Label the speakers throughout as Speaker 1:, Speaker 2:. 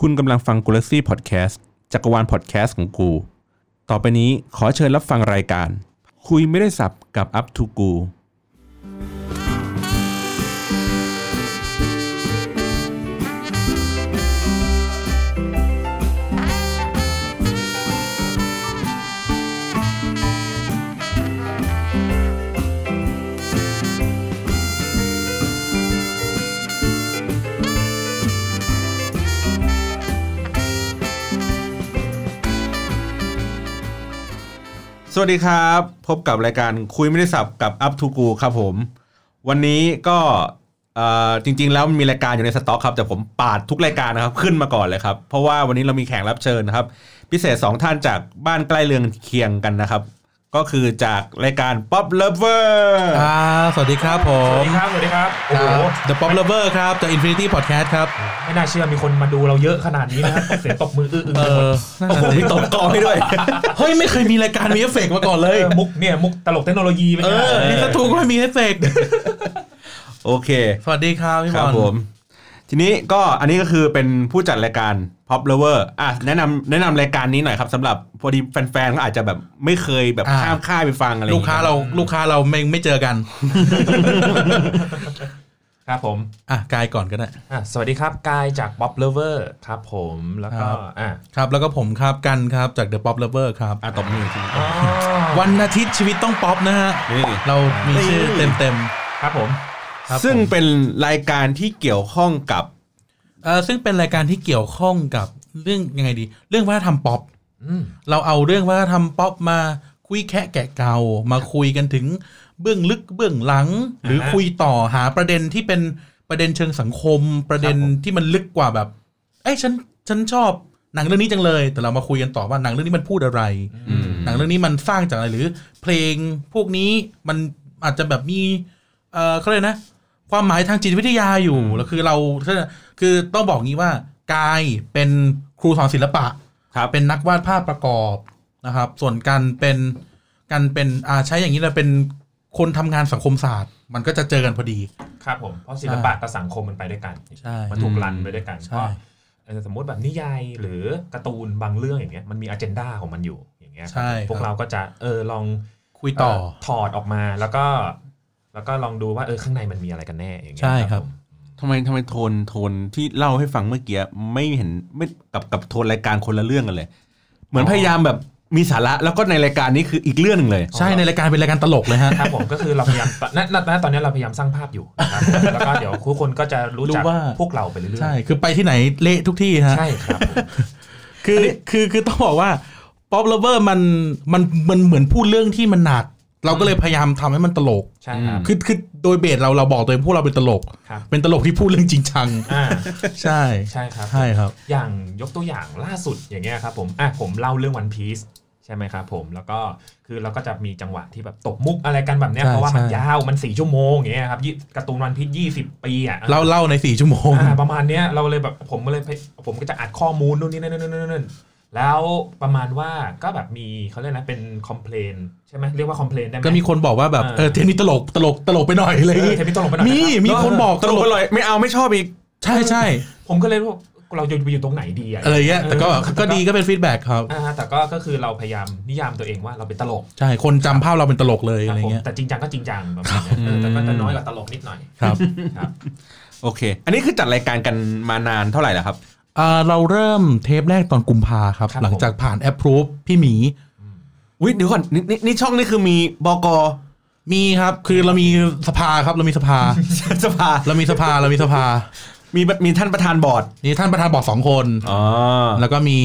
Speaker 1: คุณกำลังฟังกูลักซี่พอดแคสต์จักรวาลพอดแคสต์ของกู ต่อไปนี้ขอเชิญรับฟังรายการ คุยไม่ได้สับกับอัพทูกู สวัสดีครับ พบกับรายการคุยไม่ได้สับกับอัพทูกูครับผม วันนี้ก็เอ่อจริง ๆ แล้วมันมีรายการอยู่ในสต็อกครับ แต่ผมปาดทุกรายการนะครับ ขึ้นมาก่อนเลยครับ เพราะว่าวันนี้เรามีแขกรับเชิญนะครับ พิเศษ 2 ท่านจากบ้านใกล้เรือนเคียงกันนะครับ ก็คือจากรายการ Pop Lover
Speaker 2: อ่าสวัสดีครับผ
Speaker 3: ส
Speaker 2: ม
Speaker 3: วัสดีครับ สวัสดีครับ โอ้
Speaker 2: ค
Speaker 3: โห
Speaker 2: รับ The Pop Lover ครับ The Infinity Podcast ครับ
Speaker 3: ไม่น่าเชื่อมีคนมาดูเราเยอะขนาดนี้นะครับ เสียงตบมืออื้ออึง
Speaker 2: เออ
Speaker 3: กันหมด
Speaker 2: นั่น
Speaker 1: โอ้
Speaker 2: น่ะ
Speaker 1: โห
Speaker 2: สิ
Speaker 1: มีตบกองให้ด้วย
Speaker 2: เฮ้ย ไม่เคยมีรายการมีเอฟเฟกต์มาก่อนเล
Speaker 3: เอย อมุกเนี่ย มุกตลกเทคโนโลยีเป็น
Speaker 2: เออ
Speaker 3: ไง
Speaker 2: นี่ก็ถูกว่ามีเอฟเฟกต์
Speaker 1: โอเค
Speaker 2: สวัสดีครับพี่
Speaker 1: ค
Speaker 2: บ
Speaker 1: รับ
Speaker 2: อล
Speaker 1: ผม ทีนี้ก็อันนี้ก็คือเป็นผู้จัดรายการ Pop Lover อ่ะแนะนำแนะนำรายการนี้หน่อยครับสำหรับพอดีแฟนๆก็อาจจะแบบไม่เคยแบบข้ามค่ายไปฟังอะไรอย่
Speaker 2: ลู
Speaker 1: ง
Speaker 2: ก
Speaker 1: งี้ย
Speaker 2: ค้าเราลูกค้าเราไม่ไม่เจอกัน
Speaker 3: ครับผม
Speaker 2: อ่ะ กายก่อนก็ได้
Speaker 3: อ่ะสวัสดีครับ กายจาก Bob Lover ครับผมแล้ว
Speaker 2: ค
Speaker 3: ก็
Speaker 2: รับ
Speaker 3: อ่ะ
Speaker 2: ครับ แล้วก็ผมครับกันครับจาก The Pop Lover ครับ
Speaker 1: อ่ะตบมืออกที
Speaker 3: วั
Speaker 2: วันนอาทิตย์ชีวิตต้องป๊อปนะฮะ
Speaker 1: นี่
Speaker 2: เรามีชื่อเต็มเต็ม
Speaker 3: ครับผม
Speaker 2: ๆครับ
Speaker 1: ซึ่ง
Speaker 2: ผม
Speaker 1: เป็นรายการที่เกี่ยวข้องกับ
Speaker 2: เออซึ่งเป็นรายการที่เกี่ยวข้องกับเรื่องยังไงดี เรื่องวัฒนธรรมป๊อป
Speaker 3: อืม
Speaker 2: เราเอาเรื่องวัฒนธรรมป๊อปมาคุยแคะแกะเกามาคุยกันถึงเบื้องลึกเบื้องหลัง หรือ
Speaker 3: อ่าฮะ
Speaker 2: คุยต่อหาประเด็นที่เป็นประเด็นเชิงสังคม ประเด็น
Speaker 3: ครับผม
Speaker 2: ที่มันลึกกว่าแบบ เอ้ยฉันฉันชอบหนังเรื่องนี้จังเลย แต่เรามาคุยกันต่อว่าหนังเรื่องนี้มันพูดอะไร
Speaker 1: อืม
Speaker 2: หนังเรื่องนี้มันสร้างจากอะไรหรือ เพลงพวกนี้มันอาจจะแบบมีเออเขาเรียกนะ ความหมายทางจิตวิทยาอยู่แล้วคือเราคือต้องบอกงี้ว่ากายเป็นครูสอนศิลปะ
Speaker 1: ครับ
Speaker 2: เป็นนักวาดภาพประกอบนะครับ ส่วนการเป็นการเป็นอ่าใช้อย่างนี้เลยเป็นคนทำงานสังคมศาสตร์ มันก็จะเจอกันพอดี
Speaker 3: ครับผม เพราะศิลปะกับสังคมมันไปด้วยกัน
Speaker 2: ใช่
Speaker 3: มันถูกรันไปด้วยกัน
Speaker 2: ใช่
Speaker 3: เพราะเอ่อสมมติแบบนิยายหรือการ์ตูนบางเรื่องอย่างเงี้ยมันมีอเจนดาของมันอยู่อย่างเงี้ย
Speaker 2: ใช่
Speaker 3: พวกเราก็จะเออลอง
Speaker 2: คุยต่อ
Speaker 3: เถอดออกมาแล้วก็ แล้วก็ลองดูว่าเออข้างในมันมีอะไรกันแน่อย่างเงี้ย
Speaker 2: ใช่ครับ
Speaker 3: ผม
Speaker 1: ทำไมทำไมโทนโทนที่เล่าให้ฟังเมื่อกี้ไม่เห็นไม่กับกับโทนรายการคนละเรื่องกันเลย เหมือนพยายามแบบมีสาระแล้วก็ในรายการนี้คืออีกเรื่องหนึ่งเลย
Speaker 2: ใช่ในรายการเป็นรายการตลกเลยฮะ
Speaker 3: ครับผมก็คือเราพยายาม ณณณตอนนี้เราพยายามสร้างภาพอยู่ นะครับ แล้วก็เดี๋ยวทุกคนก็จะรู้จัก
Speaker 2: รู้ว่า
Speaker 3: พวกเราไปเรื่อยๆ
Speaker 2: ใช่คือไปที่ไหนเละทุกที่ฮะ
Speaker 3: ใช่ครับผม
Speaker 2: คือคือคือต้องบอกว่าป๊อปเลเวอร์มันมันมันเหมือนพูดเรื่องที่มันหนัก เราก็เลยพยายามทำให้มันตลก
Speaker 3: ใช่ครับ
Speaker 2: คือคือโดยเบสเราเราบอกตัวเองพวกเราเป็นตลก
Speaker 3: ครับ
Speaker 2: เป็นตลกที่พูดเรื่องจริงจัง
Speaker 3: อ่า
Speaker 2: ใช่
Speaker 3: ใช่ครับ
Speaker 2: ใช่ครับ
Speaker 3: อย่างยกตัวอย่างล่าสุดอย่างเงี้ยครับผมอ่ะผมเล่าเรื่องวันพีซใช่ไหมครับผมแล้วก็คือเราก็จะมีจังหวะที่แบบตบมุกอะไรกันแบบเนี้ย
Speaker 2: ใช่
Speaker 3: เพราะว่ามัน
Speaker 2: ใช่
Speaker 3: ยาวมันสี่ชั่วโมงอย่างเงี้ยครับยี่การ์ตูนวันพีซยี่สิบปีอ่ะ
Speaker 2: เล่าเล่าในสี่ชั่วโมง
Speaker 3: อ่าประมาณเนี้ยเราเลยแบบผมก็เลยไปผมก็จะอัดข้อมูลนู่นนี่นั่นนั่นนั่นนั่นแล้วประมาณว่าก็แบบมีเขาเรียกนะเป็นคอมเพลนใช่ไหมเรียกว่าคอมเพลนได้ไหม
Speaker 2: ก็มีคนบอกว่าแบบ
Speaker 3: เออ
Speaker 2: เออเทปนี้ตลกตลกตลกไปหน่อยอะไรอย่าง
Speaker 3: เออ
Speaker 2: งี้
Speaker 3: เทปนี้ตลกไปหน่อย
Speaker 2: มี
Speaker 3: นะครับ
Speaker 2: มีคนบอก
Speaker 1: ต
Speaker 2: ต
Speaker 1: ล
Speaker 2: ล
Speaker 1: ก
Speaker 2: ก
Speaker 1: อร่อยไม่เอาไม่ชอบอีก
Speaker 2: ใช่ใช่
Speaker 3: ผมก็เลยว่าเราจะไปอยู่ตรงไหนดีอะ
Speaker 2: อะไรเงี้ยแต่ก็ก็ดีก็เป็นฟีดแบ็กครับ
Speaker 3: อ่าแต่ก็ก็คือเราพยายามนิยามตัวเองว่าเราเป็นตลก
Speaker 2: ใช่คนจำภาพเราเป็นตลกเลย
Speaker 3: ค
Speaker 2: อะ
Speaker 3: รับ
Speaker 2: ไร
Speaker 3: ผม
Speaker 2: เงี้ย
Speaker 3: แต่จริงจังก็จริงจังประมาณเนี้ยเออแต่ก็จะน้อยกว่าตลกนิดหน่อย
Speaker 2: ครับ
Speaker 3: ครับ
Speaker 1: โอเค อันนี้คือจัดรายการกันมานานเท่าไหร่แล้วครับ
Speaker 2: เอ่อเราเริ่มเทปแรกตอนกุมภาครับ หลังจากผ่านแอปพรูฟพี่หมี
Speaker 1: อุ้ยเดี๋ยวก่อนนนี่นี่ช่องนี่คือมีบก
Speaker 2: มีครับคือเรามีสภาครับเรามีสภา
Speaker 1: สภา
Speaker 2: เรามีสภาเรามีสภา
Speaker 1: มีมีท่านประธานบอร์ด
Speaker 2: นี่ท่านประธานบอกสองคน
Speaker 1: อ๋อ
Speaker 2: แล้วก็มี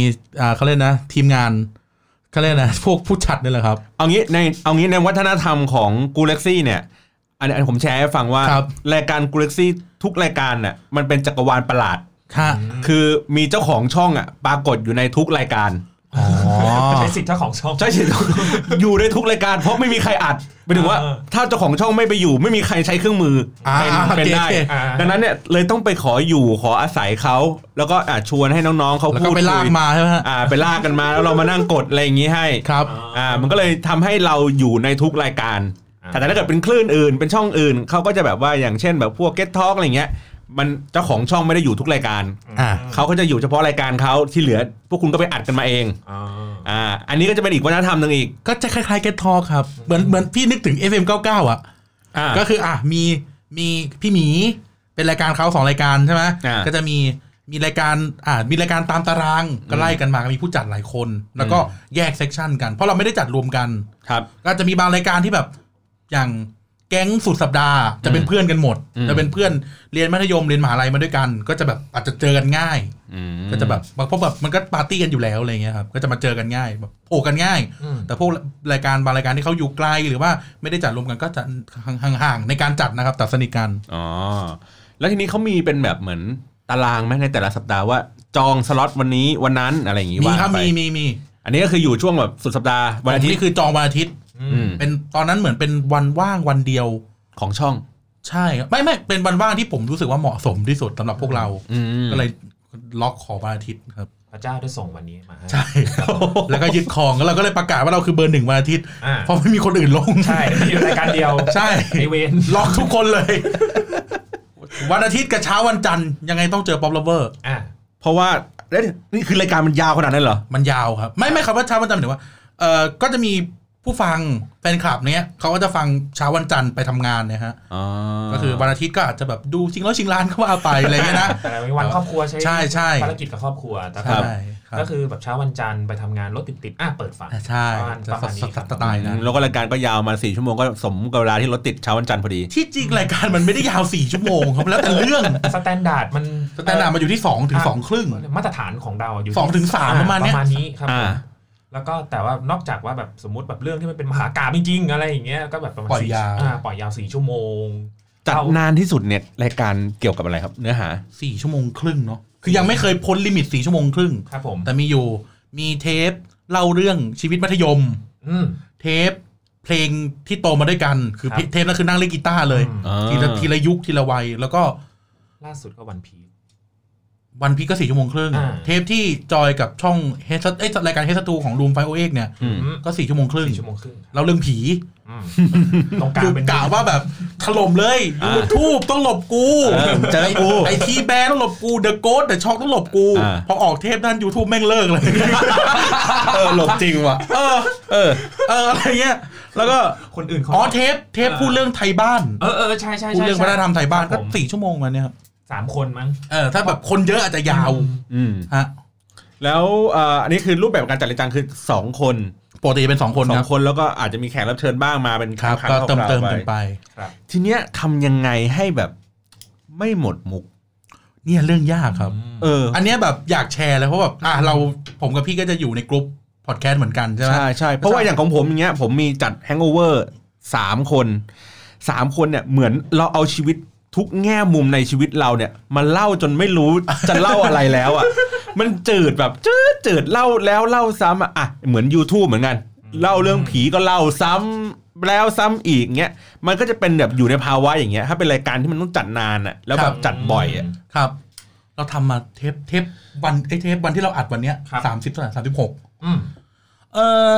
Speaker 2: อ่าเขาเรียกนะทีมงานเขาเรียกนะพวกผู้จัดนี่แหละครับ
Speaker 1: เอางี้ในเอางี้ในวัฒนธรรมของกูเล็กซี่เนี่ย อันนี้อันนี้ผมแชร์ให้ฟังว่า
Speaker 2: ครับ
Speaker 1: รายการกูเล็กซี่ทุกรายการน่ะมันเป็นจักรวาลประหลาด
Speaker 2: ค่ะ
Speaker 1: คือมีเจ้าของช่องอ่ะปรากฏอยู่ในทุกรายการ
Speaker 2: อ๋อ
Speaker 3: ใช้สิทธิ์เจ้าของช่อง
Speaker 1: ใช่สิ อยู่ในทุกรายการ เพราะไม่มีใครอัดหมายถึงว่า
Speaker 3: เออ
Speaker 1: ถ้าเจ้าของช่องไม่ไปอยู่ ไม่มีใครใช้เครื่องมืออา เป็นเป็นได้
Speaker 2: โอเค
Speaker 3: อ่า
Speaker 1: ดังนั้นเนี่ยเลยต้องไปขออยู่ขออาศัยเขาแล้วก็อ่ะชวนให้น้องๆเขา
Speaker 2: แล้ว
Speaker 1: พูด
Speaker 2: ก็ไปลาก
Speaker 1: คุย
Speaker 2: มาใช่ไหมฮะ
Speaker 1: อ่าไปลากกันมาแล้วเรามานั่งกดอะไรอย่างนี้ให้
Speaker 2: ครับ
Speaker 1: อ่ามันก็เลยทำให้เราอยู่ในทุกรายการ
Speaker 3: อ่า
Speaker 1: แต่ถ้าเกิดเป็นคลื่นอื่นเป็นช่องอื่นเขาก็จะแบบว่าอย่างเช่นแบบพวก Get Talk อะไรเงี้ย มันเจ้าของช่องไม่ได้อยู่ทุกรายการ
Speaker 2: อ่า
Speaker 1: เขาก็จะอยู่เฉพาะรายการเขาที่เหลือ พวกคุณก็ไปอัดกันมาเอง
Speaker 3: อ่า
Speaker 1: อ่าอันนี้ก็จะเป็นอีกวัฒนธรรมหนึ่งอีก
Speaker 2: ก็จะคล้ายๆ Get Talk ครับ เหมือนเหมือนพี่นึกถึง FM 99 อ่ะ
Speaker 1: อ่า
Speaker 2: ก็คืออ่ะมีมีพี่หมีเป็นรายการเขาสองรายการใช่ไหม
Speaker 1: อ่า
Speaker 2: ก็จะมีมีรายการอ่ามีรายการตามตารางก็ไล่กันมาก็มีผู้จัดหลายคน แล้วก็
Speaker 1: อื
Speaker 2: แยกเซกชันกัน เพราะเราไม่ได้จัดรวมกัน
Speaker 1: ครับ
Speaker 2: ก็จะมีบางรายการที่แบบอย่างแก๊งสุดสัปดาห์ จะเป็นเพื่อนกันหมด
Speaker 1: อืม
Speaker 2: จะเป็นเพื่อนเรียนมัธยมเรียนมหาลัยมาด้วยกัน ก็จะแบบอาจจะเจอกันง่าย
Speaker 1: อืม
Speaker 2: ก็จะแบบเพราะแบบมันก็ปาร์ตี้กันอยู่แล้วอะไรเงี้ยครับก็จะมาเจอกันง่ายแบบโผล่กันง่าย
Speaker 3: อืม
Speaker 2: แต่พวกรายการบางรายการที่เขาอยู่ไกลหรือว่าไม่ได้จัดรวมกันก็จะห่างๆในการจัดนะครับแต่สนิทกัน
Speaker 1: อ๋อแล้วทีนี้เขามีเป็นแบบเหมือนตารางไหมในแต่ละสัปดาห์ว่าจองสล็อตวันนี้วันนั้นอะไรอย่างงี้
Speaker 2: มี
Speaker 1: ว่า
Speaker 2: ครับ
Speaker 1: ไป
Speaker 2: มีมีมี
Speaker 1: อันนี้ก็คืออยู่ช่วงแบบสุดสัปดาห์
Speaker 2: วั
Speaker 1: วัน นอาทิต
Speaker 2: นี้
Speaker 1: ย์
Speaker 2: คือจองวันอาทิตย์
Speaker 1: อืม
Speaker 2: เป็นตอนนั้นเหมือนเป็นวันว่างวันเดียว
Speaker 1: ของช่อง
Speaker 2: ใช่ครับไม่ไม่เป็นวันว่างที่ผมรู้สึกว่าเหมาะสมที่สุดสำหรับพวกเรา
Speaker 1: อืม
Speaker 2: ก็เลยล็อกขอวันอาทิตย์ครับ
Speaker 3: พระเจ้าได้ส่งวันนี้มาให้
Speaker 2: ใช่ แล้วก็ยึดครองแล้วเราก็เลยประกาศว่าเราคือเบอร์หนึ่งวันอาทิตย์
Speaker 3: อ่า
Speaker 2: เพราะไม่มีคนอื่นลง
Speaker 3: ใช่มีอยู่รายการเดียว
Speaker 2: ใช่
Speaker 3: ไอเวน
Speaker 2: ล็อกทุกคนเลย วันอาทิตย์กับเช้าวันจันทร์ยังไงต้องเจอป๊อปลเวอร์
Speaker 3: อ่ะ
Speaker 1: เพราะว่าเอ๊ะนี่คือรายการมันยาวขนาดนั้นเหรอ
Speaker 2: มันยาวครับ ไม่ไม่ครับว่าเช้าวันจันทร์หมายถึงว่าเออก็จะมีผู้ฟังแฟนคลับเนี้ยเขาก็จะฟังเช้าวันจันทร์ไปทำงานเนี่ยฮะ
Speaker 1: อ๋อ
Speaker 2: ก็คือวันอาทิตย์ก็อาจจะแบบดูชิงร้อยชิงล้านก็ว่าไปอะไรเงี้ยนะ
Speaker 3: แต่ในวันครอบครัวใช้
Speaker 2: ใช่ใช่
Speaker 3: ภารกิจกับครอบครัวแต่ก็
Speaker 2: ใช่ครับ
Speaker 3: ก็คือแบบเช้าวันจันทร์ไปทำงานรถติดๆอ่ะเปิดฝัง
Speaker 2: ใช่
Speaker 3: ประมาณ
Speaker 2: จะ
Speaker 3: ประมาณนี้
Speaker 2: สั
Speaker 3: ครับ
Speaker 2: บสไตล์นะ
Speaker 1: แล้วก็รายการก็ยาวมาสี่ชั่วโมงก็สมกับเวลาที่รถติดเช้าวันจันทร์พอดี
Speaker 2: ที่จริงรายการมันไม่ได้ยาวสี่ชั่วโมงครับแล้วแต่เรื่อง
Speaker 3: สแตนดาร์ดมัน
Speaker 2: แต่หนามันอยู่ที่สองถึงสองครึ่ง
Speaker 3: มาตรฐานของเราอยู่
Speaker 2: สองถึงสาม
Speaker 3: อ่
Speaker 2: ประมาณเนี้ย
Speaker 3: ประมาณนี้ครับ
Speaker 1: อ่า
Speaker 3: แล้วก็แต่ว่านอกจากว่าแบบสมมติแบบเรื่องที่มันเป็นมหากาพย์จริงๆอะไรอย่างเงี้ยก็แบบประมาณ
Speaker 2: ปล่อย
Speaker 3: สี่
Speaker 2: ยาว
Speaker 3: อ่ปล่อยยาวสี่ชั่วโมง
Speaker 1: จัด
Speaker 3: เท่
Speaker 1: นานที่สุดเนี่ยรายการเกี่ยวกับอะไรครับ เนื้อหา
Speaker 2: สี่ชั่วโมงครึ่งเนาะคือยังไม่เคยพ้นลิมิตสี่ชั่วโมงครึ่ง
Speaker 3: ครับผม
Speaker 2: แต่มีอยู่มีเทปเล่าเรื่องชีวิตมัธยม
Speaker 3: อืม
Speaker 2: เทปเพลงที่โตมาด้วยกัน คือ
Speaker 3: ครับ
Speaker 2: เทปนั้นคือนั่งเล่นกีตาร์เลย
Speaker 3: อืม
Speaker 1: อ่า
Speaker 2: ทีละทีละยุคทีละวัย แล้วก็
Speaker 3: ล่าสุดก็วันพี
Speaker 2: วันพีก็สี่ชั่วโมงครึ่ง
Speaker 3: อ่า
Speaker 2: เทปที่จอยกับช่องเฮสเอ้ยรายการเฮสตูของรูมไฟโอเอกเนี่ย
Speaker 1: อืม
Speaker 2: ก็สี่ชั่วโมงครึ่ง
Speaker 3: สี่ชั่วโมงครึ่งครับ
Speaker 2: เราเรื่องผี
Speaker 3: อืมตรงกลาง
Speaker 2: คือ
Speaker 3: เป็น
Speaker 2: กล่าวว่าแบบถล่มเลย
Speaker 1: อ่า
Speaker 2: ยูทูบต้องหลบกู
Speaker 1: เออเจอกู
Speaker 2: ไอทีแบร์ต้องหลบกูเดอะโก t เดอะช็อกต้องหลบกู
Speaker 1: อ่า
Speaker 2: พอออกเทปนั้น YouTube แม่งเลิก เลย
Speaker 1: เออหลบจริงว่ะ
Speaker 2: เออ
Speaker 1: เออ
Speaker 2: เอออะไรเงี้ยแล้วก็
Speaker 3: คนอื่นเขา
Speaker 2: อ๋อเทปเทปพูดเรื่องไทยบ้าน
Speaker 3: เออเออใช่ใช่
Speaker 2: พูด
Speaker 3: ใช่
Speaker 2: เรื่องวัฒนธรรมไทยบ้านก็สี่ชั่วโมงมาเนี่ยครับ
Speaker 3: สามคนมั้ง
Speaker 2: เออถ้าแบบคนเยอะอาจจะยาว
Speaker 1: อืม
Speaker 2: ฮะ
Speaker 1: แล้วเอ่ออันนี้คือรูปแบบการจัดรายการคือสองคน
Speaker 2: ปกติจะเป็นสองคน
Speaker 1: สอ
Speaker 2: ครั
Speaker 1: ง
Speaker 2: บ
Speaker 1: คนแล้วก็อาจจะมีแขกรับเชิญบ้างมาเป็น
Speaker 2: ครับ
Speaker 1: ครั้ง
Speaker 2: ก็
Speaker 1: ๆ
Speaker 2: เติม
Speaker 1: คร่าวๆ
Speaker 2: เติมกันไป
Speaker 3: ครับ
Speaker 1: ทีเนี้ยทำยังไงให้แบบไม่หมดมุก
Speaker 2: เนี่ยเรื่องยากครับ
Speaker 1: เออ
Speaker 2: อันเนี้ยแบบอยากแชร์เลยเพราะแบบอ่ะเราผมกับพี่ก็จะอยู่ในกลุ่มพอดแคสต์เหมือนกันใช่ไหม
Speaker 1: ใช่ใช่เพราะว่าอย่างของผมอย่างเงี้ยผมมีจัดแฮง g อ v เวอร์สามคนสามคนเนี่ยเหมือนเราเอาชีวิตทุกแง่มุมในชีวิตเราเนี่ยมาเล่าจนไม่รู้ จะเล่าอะไรแล้วอ่ะมันจืดแบบจืดจืดเล่าแล้วเล่าซ้ำอะอ่ะเหมือน YouTube เหมือนกัน เล่าเรื่องผีก็เล่าซ้ำแล้วซ้ำอีกเงี้ยมันก็จะเป็นแบบอยู่ในภาวะอย่างเงี้ยถ้าเป็นรายการที่มันต้องจัดนานอ่ะแล้ว
Speaker 2: ค
Speaker 1: แบ
Speaker 2: รับ
Speaker 1: บจัดบ่อยอ่ะ
Speaker 2: ครับ เราทำมาเทปเทปวันไอยเทปวันที่เราอัดวันเนี้ย
Speaker 1: ครับ
Speaker 2: สามสิบเท่าไหร่สามสิบหก
Speaker 3: อืม
Speaker 2: เออ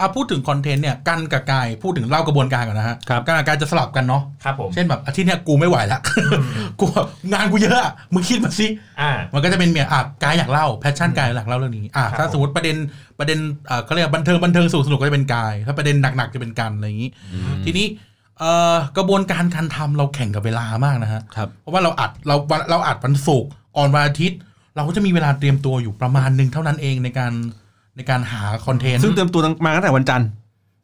Speaker 2: อ่ะพูดถึงคอนเทนต์เนี่ยกันกับกายพูดถึงเล่ากระบวนการก่อนนะฮะ
Speaker 1: ครับ
Speaker 2: กันกับกายจะสลับกันเนาะ
Speaker 3: ครับผม
Speaker 2: เช่นแบบอาทิตย์เนี้ยกูไม่ไหวละ กูงานกูเยอะอะมึงคิดมาสิ
Speaker 3: อ่า
Speaker 2: มันก็จะเป็นเมียอ่ะกายอยากเล่าแพชชั่นกายอยากเล่าเรื่องนี้อ่ะ
Speaker 3: ครับ
Speaker 2: ถ้า
Speaker 3: ผม
Speaker 2: สมมติประเด็นประเด็นเอ่อเขาเรียกว่าบันเทิงบันเทิงสู่สนุกก็จะเป็นกาย ถ้าประเด็นหนักๆจะเป็นกันอะไรอย่างนี้ ทีนี้เอ่อกระบวนการการทำเราแข่งกับเวลามากนะฮะ
Speaker 1: ครับ
Speaker 2: เพราะว่าเราอัดเราเราอัดวันศุกร์ออนวันอาทิตย์ เราก็จะมีเวลาเตรียมตัวอยู่ประมาณหนึ่งเท่านั้นเองในการในการหาคอนเทนต์
Speaker 1: ซึ่งเตรียมตัวตั้งมาตั้งแต่วันจันทร์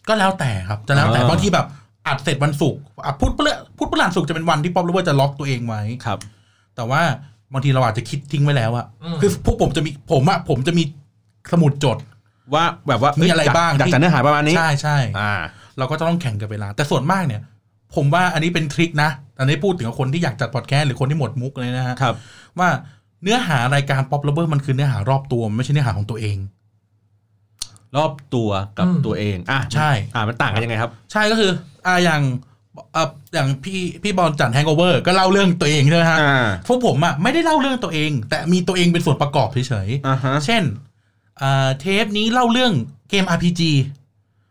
Speaker 2: ก็แล้วแต่ครับจะแล้วแต่
Speaker 1: อ่า
Speaker 2: บางทีแบบอัดเสร็จวันศุกร์อ่ะพูดเพื่อพูดเพื่อหลันศุกร์จะเป็นวันที่ป๊อปรู้ว่าจะล็อกตัวเองไว้
Speaker 1: ครับ
Speaker 2: แต่ว่าบางทีเราอาจจะคิดทิ้งไว้แล้วอะ
Speaker 3: อืม
Speaker 2: คือพวกผมจะมีผมอะผมจะมีสมุดจด
Speaker 1: ว่าแบบว่า
Speaker 2: มี
Speaker 1: เย
Speaker 2: อะไร
Speaker 1: จก
Speaker 2: บ้าง
Speaker 1: จาก
Speaker 2: ที่
Speaker 1: จัดเนื้อหาประมาณนี้
Speaker 2: ใช่ใช่
Speaker 1: อ่า
Speaker 2: เราก็จะต้องแข่งกับเวลา แต่ส่วนมากเนี่ย ผมว่าอันนี้เป็นทริคนะอันนี้พูดถึงกับคนที่อยากจัดพอดแคสต์หรือคนที่หมดมุกเลยนะฮะ
Speaker 1: ครับ
Speaker 2: ว่าเนื้อหารายการป๊อปเลเวอร์มันคือเนื้อหารอบตัวมันไม่ใช่เนื้อหาของตัวเอง
Speaker 1: รอบตัวกับ
Speaker 3: อืม
Speaker 1: ตัวเองอ่ะ
Speaker 2: ใช่
Speaker 1: อ่ะมันต่างกันยังไงครับ
Speaker 2: ใช่ก็คืออ่าอย่างอ่าอย่างพี่พี่บอลจัดแฮง g อ v เวอร์ก็เล่าเรื่องตัวเองใช่ไหมฮะ
Speaker 1: อ่า
Speaker 2: พวกผมอะไม่ได้เล่าเรื่องตัวเอง แต่มีตัวเองเป็นส่วนประกอบเฉยๆ
Speaker 1: อ่าฮะ
Speaker 2: เช่นอ่าเทปนี้เล่าเรื่องเกม RPG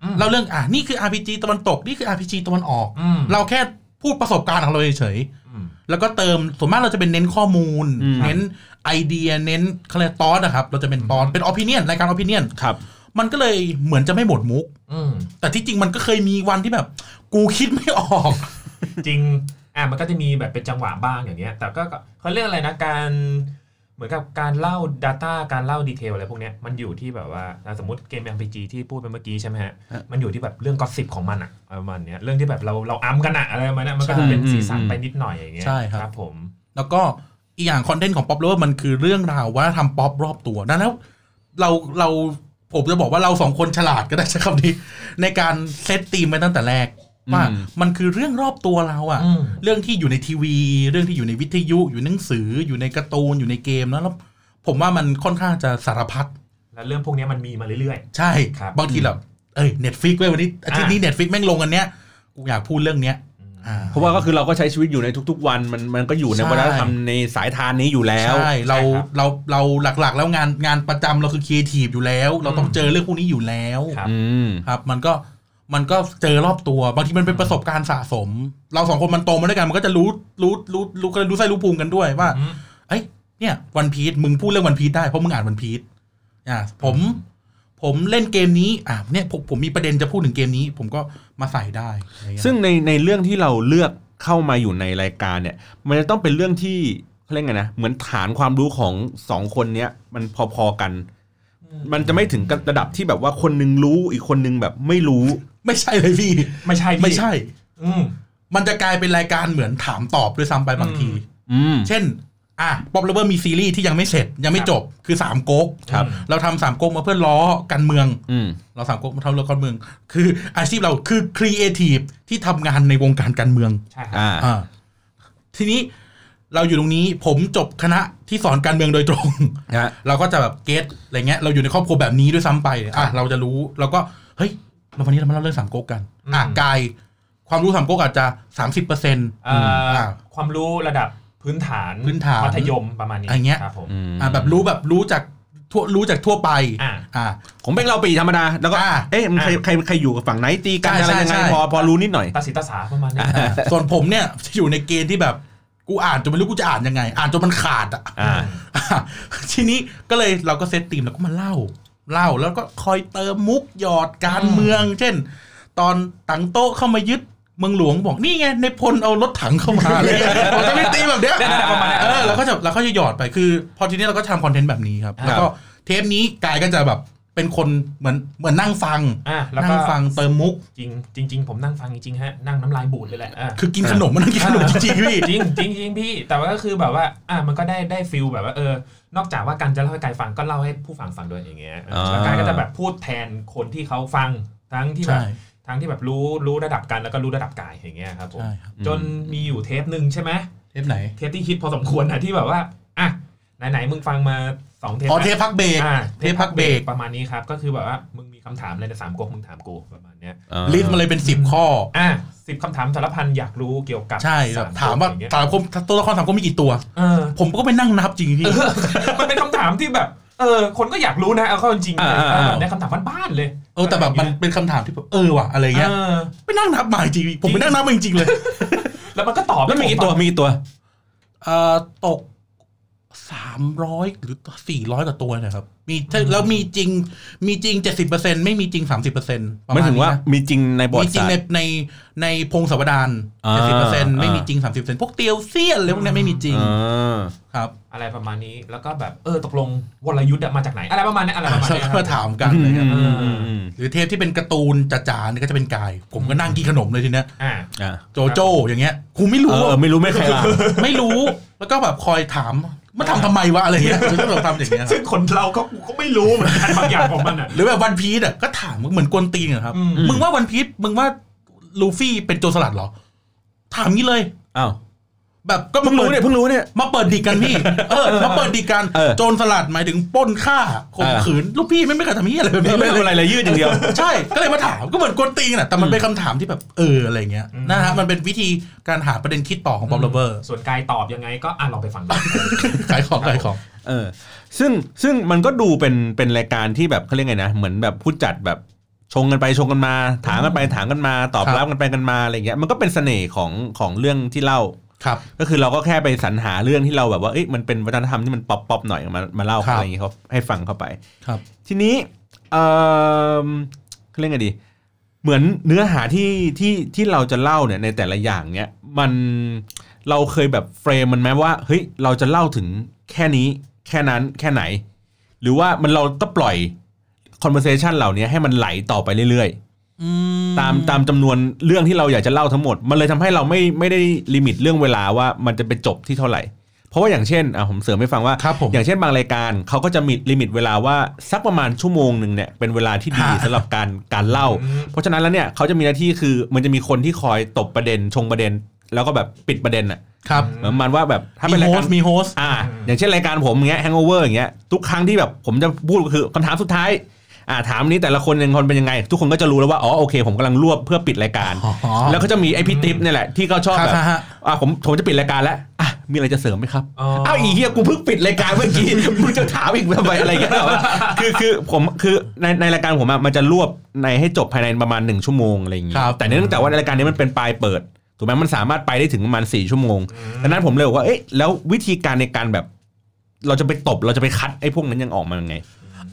Speaker 3: อืม
Speaker 2: เล่าเรื่องอ่ะนี่คือ RPG ตะวันตก นี่คือ RPG ตะวันออก
Speaker 3: อืม
Speaker 2: เราแค่พูดประสบการณ์ของเราเฉย
Speaker 3: อืม
Speaker 2: ๆ แล้วก็เติมส่วนมากเราจะเป็นเน้นข้อมูล
Speaker 1: อืม
Speaker 2: เน้นไอเดียเน้นเขาเรียกตอนนะครับ เราจะเป็นตอนเป็นออ i ิเนียนรายการออ i ิเนียน
Speaker 1: ครับ
Speaker 2: มันก็เลยเหมือนจะไม่หมดมุก
Speaker 3: อืม
Speaker 2: แต่ที่จริงมันก็เคยมีวันที่แบบ กูคิดไม่ออก
Speaker 3: จริง อ่ะมันก็จะมีแบบเป็นจังหวะบ้างอย่างเงี้ย แต่ก็ก็เขาเรียกอะไรนะ การ เหมือนกับการเล่า Data การเล่าดีเทลอะไรพวกเนี้ย มันอยู่ที่แบบว่าอ่ะสมมติเกม RPG ที่พูดไปเมื่อกี้ใช่ไหมฮะ มันอยู่ที่แบบเรื่องกอสิบของมันอะอะไรประมาณเนี้ย เรื่องที่แบบเราเราอัมกันอะอะไรประมาณเนี้ยมันก็จะเป็นสีสันไปนิดหน่อยอย่างเงี้ย
Speaker 2: ใช่ครับ
Speaker 3: ผม
Speaker 2: แล้วก็อีกอย่างคอนเทนต์ของป๊อปเลอร์มันคือเรื่องราวว่าทำป๊อปรอบตัวดังนั้นแล้วเราเราผมจะบอกว่าเราสองคนฉลาดก็ได้ใช้คำนี้ ในการเซตธีมไปตั้งแต่แรกว่ามันคือเรื่องรอบตัวเราอะ
Speaker 3: อืม
Speaker 2: เรื่องที่อยู่ในทีวี เรื่องที่อยู่ในวิทยุ อยู่ในหนังสืออยู่ในการ์ตูนอยู่ในเกมนะแล้วผมว่ามันค่อนข้างจะสารพัด
Speaker 3: แล้วเรื่องพวกเนี้ยมันมีมาเรื่อย
Speaker 2: ใช่
Speaker 3: ครับ
Speaker 2: บางทีแบบเอ้ยเน็ตฟิกเว้ยวันนี้อาทิตย์นี้เน็ตฟิกแม่งลงอันเนี้ยกูอยากพูดเรื่องเนี้ยอ่า
Speaker 1: เพราะว่าก็คือเราก็ใช้ชีวิตอยู่ในทุก ๆ วันมันมันก็อยู่ใน
Speaker 2: ใช่
Speaker 1: วัฒนธรรมในสายทานนี้อยู่แล้ว
Speaker 2: ใช่เรา
Speaker 3: ใช่ครับ
Speaker 2: เราเราหลักๆ แล้วงานงานประจำเราคือครีเอทีฟอยู่แล้ว เราต้อง
Speaker 3: อืม
Speaker 2: เจอเรื่องพวกนี้อยู่แล้ว
Speaker 3: ครับ
Speaker 1: อืม
Speaker 2: ครับ มันก็มันก็เจอรอบตัวบางทีมันเป็นประสบการณ์สะสม เราสองคนมันโตมาด้วยกันมันก็จะรู้รู้รู้รู้รู้รู้ไส้รู้ภูมิกันด้วยว่า
Speaker 3: ๆอืม
Speaker 2: เอ้ยเนี่ยวันพีทมึงพูดเรื่องวันพีทได้เพราะมึงอ่านวันพีทอ่ะผม ผมเล่นเกมนี้อ่ะเนี่ยผมผมมีประเด็นจะพูดถึงเกมนี้ ผมก็มาใส่ได้อะไรเย
Speaker 1: ซึ่งในในเรื่องที่เราเลือกเข้ามาอยู่ในรายการเนี่ย มันจะต้องเป็นเรื่องที่เขาเรียกไงนะเหมือนฐานความรู้ของสองคนเนี้ยมันพอๆกัน
Speaker 3: อืม
Speaker 1: มันจะไม่ถึงกับระดับที่แบบว่าคนนึงรู้อีกคนนึงแบบไม่รู้
Speaker 2: ไม่ใช่เลยพี่
Speaker 3: ไม่ใช่พี่
Speaker 2: ไม่ใช่
Speaker 3: อืม
Speaker 2: มันจะกลายเป็นรายการเหมือนถามตอบด้วยซ้ำไปบางที
Speaker 3: อืม
Speaker 1: อืม
Speaker 2: เช่น อ่ะป๊อปเลเวอร์มีซีรีส์ที่ยังไม่เสร็จ ยังไม่จบ คือสามก๊ก
Speaker 1: ครับ
Speaker 2: เราทำสามก๊กมาเพื่อล้อการเมือง
Speaker 1: อืม
Speaker 2: เราสามก๊กมาทำล้อการเมือง คืออาชีพเราคือครีเอทีฟที่ทำงานในวงการการเมือง
Speaker 3: ใช่ครับ
Speaker 1: อ่า
Speaker 2: อ่า ทีนี้เราอยู่ตรงนี้ผมจบคณะที่สอนการเมืองโดยตรง
Speaker 1: ฮะ
Speaker 2: เราก็จะแบบเก็ตอะไรเงี้ย เราอยู่ในครอบครัวแบบนี้ด้วยซ้ำไป อ่ะ เราจะรู้เราก็ เฮ้ยเราวันนี้เรามาเล่าเรื่องสามก๊กกัน อ่ะ
Speaker 3: อืม
Speaker 2: กายความรู้สามก๊กอาจจะสามสิบเปอร์เซ็นต์
Speaker 3: เอ่ออความรู้ระดับพื้นฐาน
Speaker 2: พื้นฐาน
Speaker 3: มัธยมประมาณนี้
Speaker 2: อย่างเงี้ย
Speaker 3: ครับผม
Speaker 2: อ่าแบบรู้แบบรู้จากทั่วรู้จากทั่วไป
Speaker 3: อ่า
Speaker 2: อ่า
Speaker 1: ผมเป็นเราปีธรรมดา แล้วก็
Speaker 2: อ่า
Speaker 1: เอ๊ะมันใคร
Speaker 3: อ่า
Speaker 1: ใครใครอยู่กับฝั่งไหนตีกัน
Speaker 2: ใช่
Speaker 1: อะไรยังไง
Speaker 2: ใช่ใช่
Speaker 1: พอพอรู้นิดหน่อย
Speaker 3: ตาสีตาสาประมาณนี้
Speaker 2: ส่วนผมเนี่ย จะอยู่ในเกณฑ์ที่แบบกูอ่านจนไม่รู้กูจะอ่านยังไง อ่านจนมันขาดอ่ะ
Speaker 1: อ่า
Speaker 2: อ่ะทีนี้ก็เลยเราก็เซตธีมแล้วก็มาเล่า เล่าแล้วก็คอยเติมมุกหยอดการเมือง เช่น ตอนตังโต๊ะเข้ามายึดเมืองหลวงบอกนี่ไงในพลเอารถถังเข้ามา เลยเราจะไม่ตีแบบเนี้ย
Speaker 3: เล่นอะไรประมาณนั้น
Speaker 2: เออเราก็จะเราก็จะหยอดไปคือ พอทีนี้เราก็ทำคอนเทนต์แบบนี้ครับ แล้วก็เทปนี้กายก็จะแบบเป็นคนเหมือนเหมือนนั่งฟัง
Speaker 3: อ่ะแล้ว
Speaker 2: นั่
Speaker 3: ก็
Speaker 2: งฟังเติมมุก
Speaker 3: จริงจริง ๆ ผมนั่งฟังจริงๆฮะนั่งน้ำลายบูดเลยแหละอ่ะ
Speaker 2: คือกินขนมมันต้องกินขนมจริงๆพี่
Speaker 3: จริงจริงจริงพี่ แต่ว่าก็คือแบบว่าอ่ะมันก็ได้ได้ฟิลแบบว่าเออ นอกจากว่าการจะเล่าให้กายฟังก็เล่าให้ผู้ฟังฟังด้วยอย่างเงี้ย
Speaker 1: อ่า
Speaker 3: แล้วกายก็จะแบบพูดแทนคนที่เขาฟังทั้งที่แบบ
Speaker 2: ใช่
Speaker 3: ทั้งที่แบบรู้รู้ระดับกันแล้วก็รู้ระดับกายอย่างเงี้ยครับผม
Speaker 2: ใช่ครับ
Speaker 3: จนมีอยู่เทปหนึ่งใช่ไหม
Speaker 2: เทปไหน
Speaker 3: เทปที่คิดพอสมควรนะที่แบบว่าอ่ะไหนๆมึงฟังมาสองเทป
Speaker 2: อ๋อ
Speaker 3: แล้ว
Speaker 2: เทปพักเบรก
Speaker 3: อ่า
Speaker 2: เทปพักเบรก
Speaker 3: ประมาณนี้ครับ ก็คือแบบว่ามึงมีคำถามอะไรในสามก๊กมึงถามกูประมาณเนี้ย
Speaker 1: อ่า
Speaker 2: ลิสต์มาเลยเป็นสิบข้อ
Speaker 3: อ่ะสิบคำถามสารพันอยากรู้เกี่ยวกับ
Speaker 2: ใช่แบบ
Speaker 3: สก๊ก
Speaker 2: ถามว่า
Speaker 3: อย่งเงี้ย
Speaker 2: สามคมตัวละครสามคมมีกี่ตัว
Speaker 3: เออ
Speaker 2: ผมก็ไปนั่งนับจริงพี่
Speaker 3: มันเป็นคำถามที่แบบ เออ คนก็อยากรู้นะเอาเข้าจริงๆ
Speaker 1: อ่าอ่าอ่า
Speaker 3: เออได้คำถามบ้านๆเลย
Speaker 2: เออแต่แบบมันเป็นคำถามที่แบบเออว่ะอะไร
Speaker 3: อย่างเงี้
Speaker 2: เงี้
Speaker 3: ย
Speaker 2: ย
Speaker 3: เออ
Speaker 2: ไปนั่งนับมาจริงพี่ผม
Speaker 3: จริ
Speaker 2: ไป
Speaker 3: ง
Speaker 2: นั่งนับมาจริงๆเลย
Speaker 3: แล้วมันก็ตอบ
Speaker 1: แล้วมีกี่ตัวมีกี่ตัว
Speaker 2: เอ่อตกสามร้อยหรือสี่ร้อยกว่าตัวนะครับ มีถ้าแล้วมีจริงมีจริงเจ็ดสิบเปอร์เซ็นไม่มีจริงสามสิบเปอร์เซ็นต์ประมา
Speaker 1: ไม่
Speaker 2: ณ
Speaker 1: ถึง
Speaker 2: นี้
Speaker 1: ว่า
Speaker 2: นะ
Speaker 1: มีจริงในบท
Speaker 2: มีจริ
Speaker 1: ศาง สตร์
Speaker 2: ในในในพงศาวดาร
Speaker 1: อ่า
Speaker 2: เจ็ดสิบเปอร์เซ็นต์ไม่มี
Speaker 1: อ่า
Speaker 2: จริงสามสิบเปอร์เซ็นต์พวกเตียวเซียนอะไรพวกเนี้ยไม่มีจริง
Speaker 1: อ่า
Speaker 2: ครับ
Speaker 3: อะไรประมาณนี้ แล้วก็แบบเออตกลงวรยุทธ์อะมาจากไหน อะไรประมาณเนี้ยอะไรประมาณ
Speaker 2: ชอบ
Speaker 3: เนี้ย
Speaker 2: มา
Speaker 3: ครับ
Speaker 2: ถามกันอะไรเงี้ย
Speaker 3: อืม
Speaker 2: หรือเทปที่เป็นการ์ตูนจ๋าๆเนี่ยก็จะเป็นกาย ผมก็นั่งกินขนมเลยทีเนี้ย
Speaker 3: อ่า
Speaker 1: อ่า
Speaker 2: โจโจ้อย่างเงี้ยกูไม่
Speaker 1: เอ
Speaker 2: รู้
Speaker 1: อไม่รู้ไม่ใครล่ะ
Speaker 2: ไม่รู้ แล้วก็แบบคอยถามมาทำทำไมวะอะไรเงี้ยคือต้องทำอย่างเงี้ยค
Speaker 3: ซึ่
Speaker 2: รับ
Speaker 3: งคนเราก็กูก็ไม่รู้เหมือนกันบางอย่างของมันอ่ะ
Speaker 2: หรือแบบวันพีซอ่ะก็ถามเหมือนกวนตีนอะครับ
Speaker 3: อืม
Speaker 2: มึงว่าวันพีซมึงว่าลูฟี่เป็นโจรสลัดเหรอ ถามงี้เลย
Speaker 1: อ้าว
Speaker 2: แบบก็
Speaker 1: เพิ่งรู้เนี่ยเพิ่งรู้เนี่ย
Speaker 2: มาเปิดดิกกันพี่ เออมาเปิดดิกกัน
Speaker 1: เออ
Speaker 2: โจรสลัดหมายถึงปล้นฆ่าข่ม
Speaker 1: เออ
Speaker 2: ขืนลูกพี่ไม่ไม่เคยทำนี้ยอะไรแบบนี้
Speaker 1: ไม่
Speaker 2: เลย
Speaker 1: ทำอะไรเลยยืดอย่างเดียว
Speaker 2: ใช่ ก็เลยมาถามก็เหมือนกวนตีนน่ะแต่มันเป็นคำถามที่แบบเอออะไรเงี้ย
Speaker 3: อืม
Speaker 2: นะฮะมันเป็นวิธีการหาประเด็นคิดต่อของบอมเลเวอร์
Speaker 3: ส่วนกายตอบยังไงก็อ่ะลองไปฟังดู
Speaker 2: ขายของขายของ
Speaker 1: เออ ซึ่งซึ่งมันก็ดูเป็นเป็นรายการที่แบบเขาเรียกไงนะ เหมือนแบบผู้จัดแบบชงกันไปชงกันมา ถามกันไปถามกันมา ตอบ
Speaker 2: ครับ
Speaker 1: รับกันไปกันมาอะไรเงี้ย มันก็เป็นเสน่ห์ของของเรื่องที่เล่า
Speaker 2: ครับ
Speaker 1: ก็คือเราก็แค่ไปสรรหาเรื่องที่เราแบบว่าเอ้ยมันเป็นวัฒนธรรมที่มันป๊อปป๊อปหน่อยมามาเล่า
Speaker 2: ครับ
Speaker 1: อะไรอย่างเงี้ยครับให้ฟังเข้าไป
Speaker 2: ครับ
Speaker 1: ทีนี้เอ่อเรื่องไงดี เหมือนเนื้อหาที่ที่ที่เราจะเล่าเนี่ยในแต่ละอย่างเนี่ยมันเราเคยแบบเฟรมมันไหมว่าเฮ้ยเราจะเล่าถึงแค่นี้แค่นั้นแค่ไหน หรือว่ามันเราต้องปล่อย conversation เหล่านี้ให้มันไหลต่อไปเรื่อย
Speaker 2: อื
Speaker 1: ๆ ตามตามจำนวนเรื่องที่เราอยากจะเล่าทั้งหมด มันเลยทำให้เราไม่ไม่ได้ลิมิตเรื่องเวลาว่ามันจะไปจบที่เท่าไหร่ เพราะว่าอย่างเช่นอ่ะผมเสริมให้ฟังว่า
Speaker 2: ครับผม
Speaker 1: อย่างเช่นบางรายการเขาก็จะมีลิมิตเวลาว่าสักประมาณชั่วโมงหนึ่งเนี่ยเป็นเวลาที่ดี
Speaker 2: ฮะ
Speaker 1: สำหรับการการเล่า
Speaker 3: อืม
Speaker 1: เพราะฉะนั้นแล้วเนี่ยเขาจะมีหน้าที่คือมันจะมีคนที่คอยตบประเด็นชงประเด็น แล้วก็แบบปิดประเด็นอ่ะ
Speaker 2: ครับ
Speaker 1: เหมือนมันว่าแบบถ้า
Speaker 2: มี
Speaker 1: เป็นราย
Speaker 2: โฮส
Speaker 1: การ
Speaker 2: ต์มีโฮสต์
Speaker 1: อ่า อย่างเช่นรายการผมอย่างเงี้ย hangover อย่างเงี้ยทุกครั้งที่แบบผมจะพูดก็คือคำถามสุดท้ายอ่าถามนี้แต่ละคนยังคนเป็นยังไง ทุกคนก็จะรู้แล้วว่าอ๋อโอเค ผมกำลังรวบเพื่อปิดรายการ แล้วก็จะมีไอพี่ติ๊บเนี่ยแหละที่เขาชอบ
Speaker 2: ครับ
Speaker 1: แบบ
Speaker 2: ฮะฮะ
Speaker 1: อ่ะผมผมจะปิดรายการแล้วอ่ะมีอะไรจะเสริมไหมครับ
Speaker 3: อ๋ออ้
Speaker 1: วอีเฮียกูเพิ่งปิดรายการเมื่อกี้ มึงจะถามอีกทำไมอะไรเงี้ยหรอวะ คือคือผมคือในในรายการผมอะมันจะรวบในให้จบภายในประมาณหนึ่งชั่วโมงอะไรอย่างงี้
Speaker 2: ครับ
Speaker 1: แต่เนื่องจากว่าในรายการนี้มันเป็นปลายเปิดถูกไหมมันสามารถไปได้ถึงประมาณสี่ชั่วโมงดังนั้นผมเลยบอกว่าเอ๊ะแล้ววิธีการในการแบบ เราจะไปตบเราจะไปคัดไอ้พวกนั้นยังออกมายังไง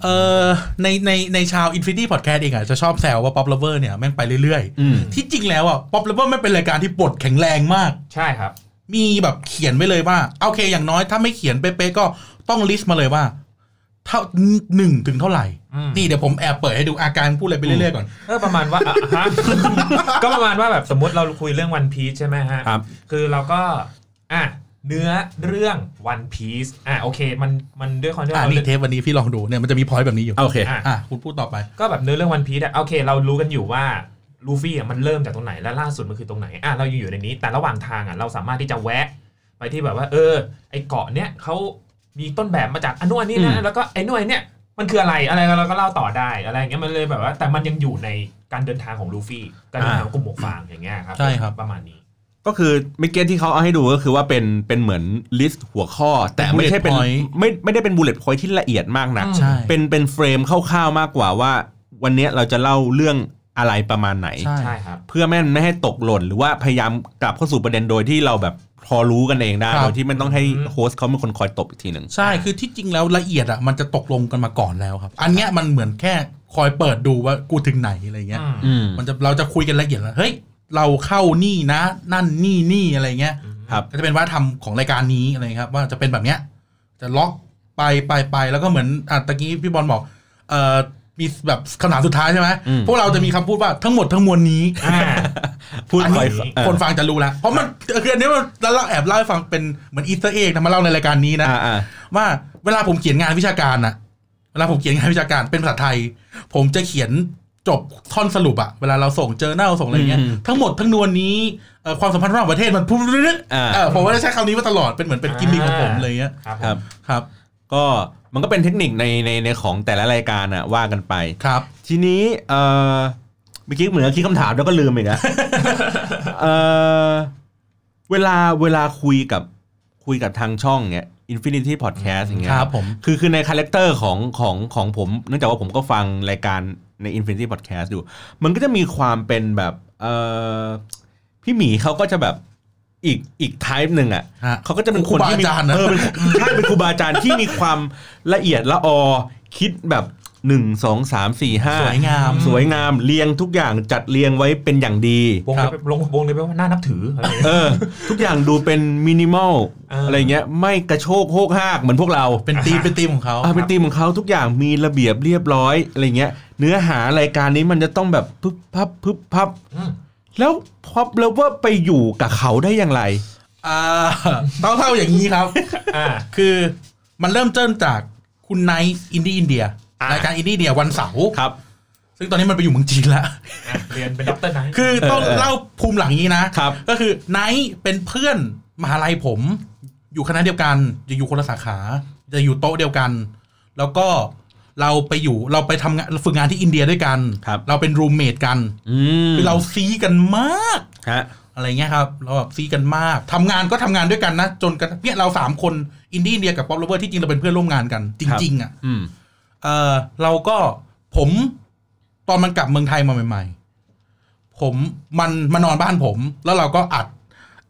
Speaker 2: เออในในในชาว Infinity Podcast เองอ่ะจะชอบแซวว่า Pop Lover เนี่ยแม่งไปเรื่อย
Speaker 1: อืม
Speaker 2: ๆ ที่จริงแล้วอ่ะ Pop Lover ไม่งเป็นรายการที่ปลดแข็งแรงมาก
Speaker 3: ใช่ครับ
Speaker 2: มีแบบเขียนไว้เลยว่าโอเคอย่างน้อยถ้าไม่เขียนเป๊ะๆก็ต้องลิสต์มาเลยว่า เท่าหนึ่งถึงเท่าไหร่
Speaker 3: อืม
Speaker 2: นี่เดี๋ยวผมแอบเปิดให้ดูอาการพูดอะไรไปเรื่อยๆก่อน
Speaker 3: ก็ประมาณ ว่าอ่ะฮะ ก็ประมาณว่าแบบสมมติเราคุยเรื่องวันพีชใช่ไหมฮะ
Speaker 1: ครับ
Speaker 3: คือเราก็อ่ะเนื้อเรื่องวันพีชอ่ะโอเคมันมันด้วยความที่
Speaker 2: อ่า
Speaker 3: เรา
Speaker 2: นี่เทปวันนี้พี่ลองดูเนี่ยมันจะมีพอยต์แบบนี้อยู่
Speaker 1: โอเค
Speaker 3: อ่ะ
Speaker 2: อ่ะคุณพูดต่อไป
Speaker 3: ก็แบบเนื้อเรื่องวันพี e อะโอเค เรารู้กันอยู่ว่าลูฟี่อะมันเริ่มจากตรงไหนและล่าสุดมันคือตรงไหนอ่ะเราอยู่อยู่ในนี้ แต่ระหว่างทางอ่ะเราสามารถที่จะแวะ ไปที่แบบว่า เออ ไอเกาะเนี้ยเขามีต้นแบบมาจากอันนู้นอันนี้นะแล้วก็ไอนู่นไอเนี้ยมันคืออะไรอะไรเราก็เล่าต่อได้อะไรอย่างเงี้ยมันเลยแบบว่า แต่มันยังอยู่ในการเดินทางของลูฟี่การเดินทางของกลุ่มหมวกฟางอย่างเงี้ยครับ
Speaker 2: ใช่ครับ
Speaker 3: ประมาณนี้
Speaker 1: ก็คือเมื่อกี้ที่เขาเอาให้ดูก็คือว่าเป็นเป็นเหมือนลิสต์หัวข้อ แต่ไม่ใช่เป็น
Speaker 2: Bullet point
Speaker 1: ไม่ไม่ได้เป็นบูเลตพอยที่ละเอียดมากนัก
Speaker 3: อืม
Speaker 2: ใช่
Speaker 1: เป็นเป็นเฟรมคร่าวๆมากกว่าว่า วันเนี้ยเราจะเล่าเรื่องอะไรประมาณไหน
Speaker 2: ใช่
Speaker 3: ใช่ครับ
Speaker 1: เพื่อแม่นไม่ให้ตกหล่น หรือว่าพยายามกลับเข้าสู่ประเด็นโดยที่เราแบบพอรู้กันเองได้
Speaker 2: ครับ
Speaker 1: โดยที่ไม่ต้องให้
Speaker 3: อืม
Speaker 1: โฮสต์เขาเป็นคนคอยตบอีกทีหนึ่ง
Speaker 2: ใช่คือที่จริงแล้วละเอียดอ่ะมันจะตกลงกันมาก่อนแล้วครับ อันเนี้ยมันเหมือนแค่คอยเปิดดูว่ากูถึงไหนอะไรเงี้ย
Speaker 3: อืม
Speaker 1: อืม
Speaker 2: มันจะเราจะคุยกันละเอียดแล้วเฮ้ยเราเข้านี่นะ นั่นนี่นี่อะไรเงี้ย
Speaker 1: ครับ
Speaker 2: ก็จะเป็นว่าทรรมของรายการนี้อะไรครับ ว่าจะเป็นแบบเนี้ยจะล็อกไปไปไปแล้วก็เหมือนอ่ะตะกี้พี่บอลบอกเอ่อมีแบบคำถามสุดท้ายใช่ไหม
Speaker 1: อืม
Speaker 2: พวกเราจะมีคำพูดว่าทั้งหมดทั้งมวลนี้
Speaker 3: อ่า
Speaker 1: พูด
Speaker 2: อัน
Speaker 1: ค
Speaker 2: นี้
Speaker 1: อยเออ
Speaker 2: คนฟังจะรู้แล้ว เพราะมันคืออันนี้มันเราเล่าแอบเล่าให้ฟังเป็นเหมือนอีสเตอร์เอ็กนะมาเล่าในรายการนี้นะ
Speaker 1: อ่าอ่า
Speaker 2: ว่าเวลาผมเขียนงานวิชาการน่ะ เวลาผมเขียนงานวิชาการเป็นภาษาไทย ผมจะเขียนจบท่อนสรุปอะเวลาเราส่งเจอหน้าส่งอะไรเงี้ย
Speaker 1: อืม
Speaker 2: ทั้งหมดทั้งนวลนี้เอ่อความสัมพันธ์ระหว่างประเทศมันพุ่งเรื่อยๆ
Speaker 1: อ่า
Speaker 2: เออผมว่าจะใช้คำนี้มาตลอดเป็นเหมือนเป็นกิมมิคของผม
Speaker 3: อ่า
Speaker 2: เลยเงี้ย
Speaker 3: ครับผ
Speaker 1: ครั
Speaker 3: ม
Speaker 1: บ
Speaker 2: ครับ
Speaker 1: ก็มันก็เป็นเทคนิคในในในของแต่ละรายการอะว่ากันไป
Speaker 2: ครับ
Speaker 1: ทีนี้เออเมื่อกี้เหมือนคิดคำถามแล้วก็ลืมอีกนะ เออเวลาเวลาคุยกับคุยกับทางช่องเนี่ย Infinity Podcast อย่างเงี้
Speaker 2: ค
Speaker 1: ย
Speaker 2: รับผม
Speaker 1: คือคือในคาแรคเตอร์ของของของผมเนื่องจากว่าผมก็ฟังรายการใน Infinity Podcast อยู่ มันก็จะมีความเป็นแบบเออพี่หมีเขาก็จะแบบอีกอีกไทป์หนึ่งอ่ะ
Speaker 2: ฮะ
Speaker 1: เขาก็จะเป็นคนที่
Speaker 2: ครู
Speaker 1: มี
Speaker 2: บาอาจารย์นะ
Speaker 1: เออเป็นใช่เป็นครูบาอาจารย์ที่มีความละเอียดละออ คิดแบบหนึ่งสองสามสี่ห้า
Speaker 2: สวยงาม
Speaker 1: สวยงามเรียงทุกอย่างจัดเรียงไว้เป็นอย่างดี
Speaker 3: วง
Speaker 2: ครับ
Speaker 3: เล็บลงวงเลยไปว่าน่านับถืออะไรอย่างเงี้ย
Speaker 1: เออ ทุกอย่างดูเป็นมินิมอล
Speaker 3: เอออ
Speaker 1: อะไรเงี้ย ไม่กระโชกโหกหากเหมือนพวกเรา
Speaker 2: เป็นธีมเป็นธีมของเขา
Speaker 1: อ่ะเป็นธีมของเขาทุกอย่างมีระเบียบเรียบร้อยอะไรเงี้ย เนื้อหารายการนี้มันจะต้องแบบพึบพับพึบพับ
Speaker 3: อืม
Speaker 1: แล้วพอบเลเวอร์ไปอยู่กับเขาได้อย่างไร
Speaker 2: อ่าต้องเล่าอย่างนี้ครับ
Speaker 3: อ่า
Speaker 2: คือมันเริ่มเริ่มจากคุณไนท์อินดี้อินเดีย
Speaker 1: อ่ะ
Speaker 2: รายการอินดี้อินเดียวันเสาร์
Speaker 1: ครับ
Speaker 2: ซึ่งตอนนี้มันไปอยู่เมืองจีนแล้ว
Speaker 3: อ่ะเรียนเป็นด็อกเตอร์ไนท์
Speaker 2: คือต้อง
Speaker 1: เออเออ
Speaker 2: เล่าภูมิหลังอย่างนี้นะครับ ก็คือไนท์เป็นเพื่อนมหาลัยผม อยู่คณะเดียวกันจะอยู่คนละสาขา จะอยู่โต๊ะเดียวกัน แล้วก็เราไปอยู่เราไปทำงานฝึกงานที่อินเดียด้วยกัน
Speaker 1: ครับ
Speaker 2: เราเป็นรูมเมทกัน
Speaker 1: อืม
Speaker 2: คือเราซีกันมาก
Speaker 1: ฮะ
Speaker 2: อะไรเงี้ยครับเราแบบซีกันมากทำงานก็ทำงานด้วยกันนะจนกันเนี่ยเราสามคนอินดี้อินเดียกับป๊อปโรเวอร์ที่จริงเราเป็นเพื่อนร่วมงานกัน จ
Speaker 1: ครับ
Speaker 2: ริง ๆอ่ะ
Speaker 1: อืม
Speaker 2: เออเราก็ผมตอนมันกลับเมืองไทยมาใหม่ ๆ ผมมันมานอนบ้านผม แล้วเราก็อัด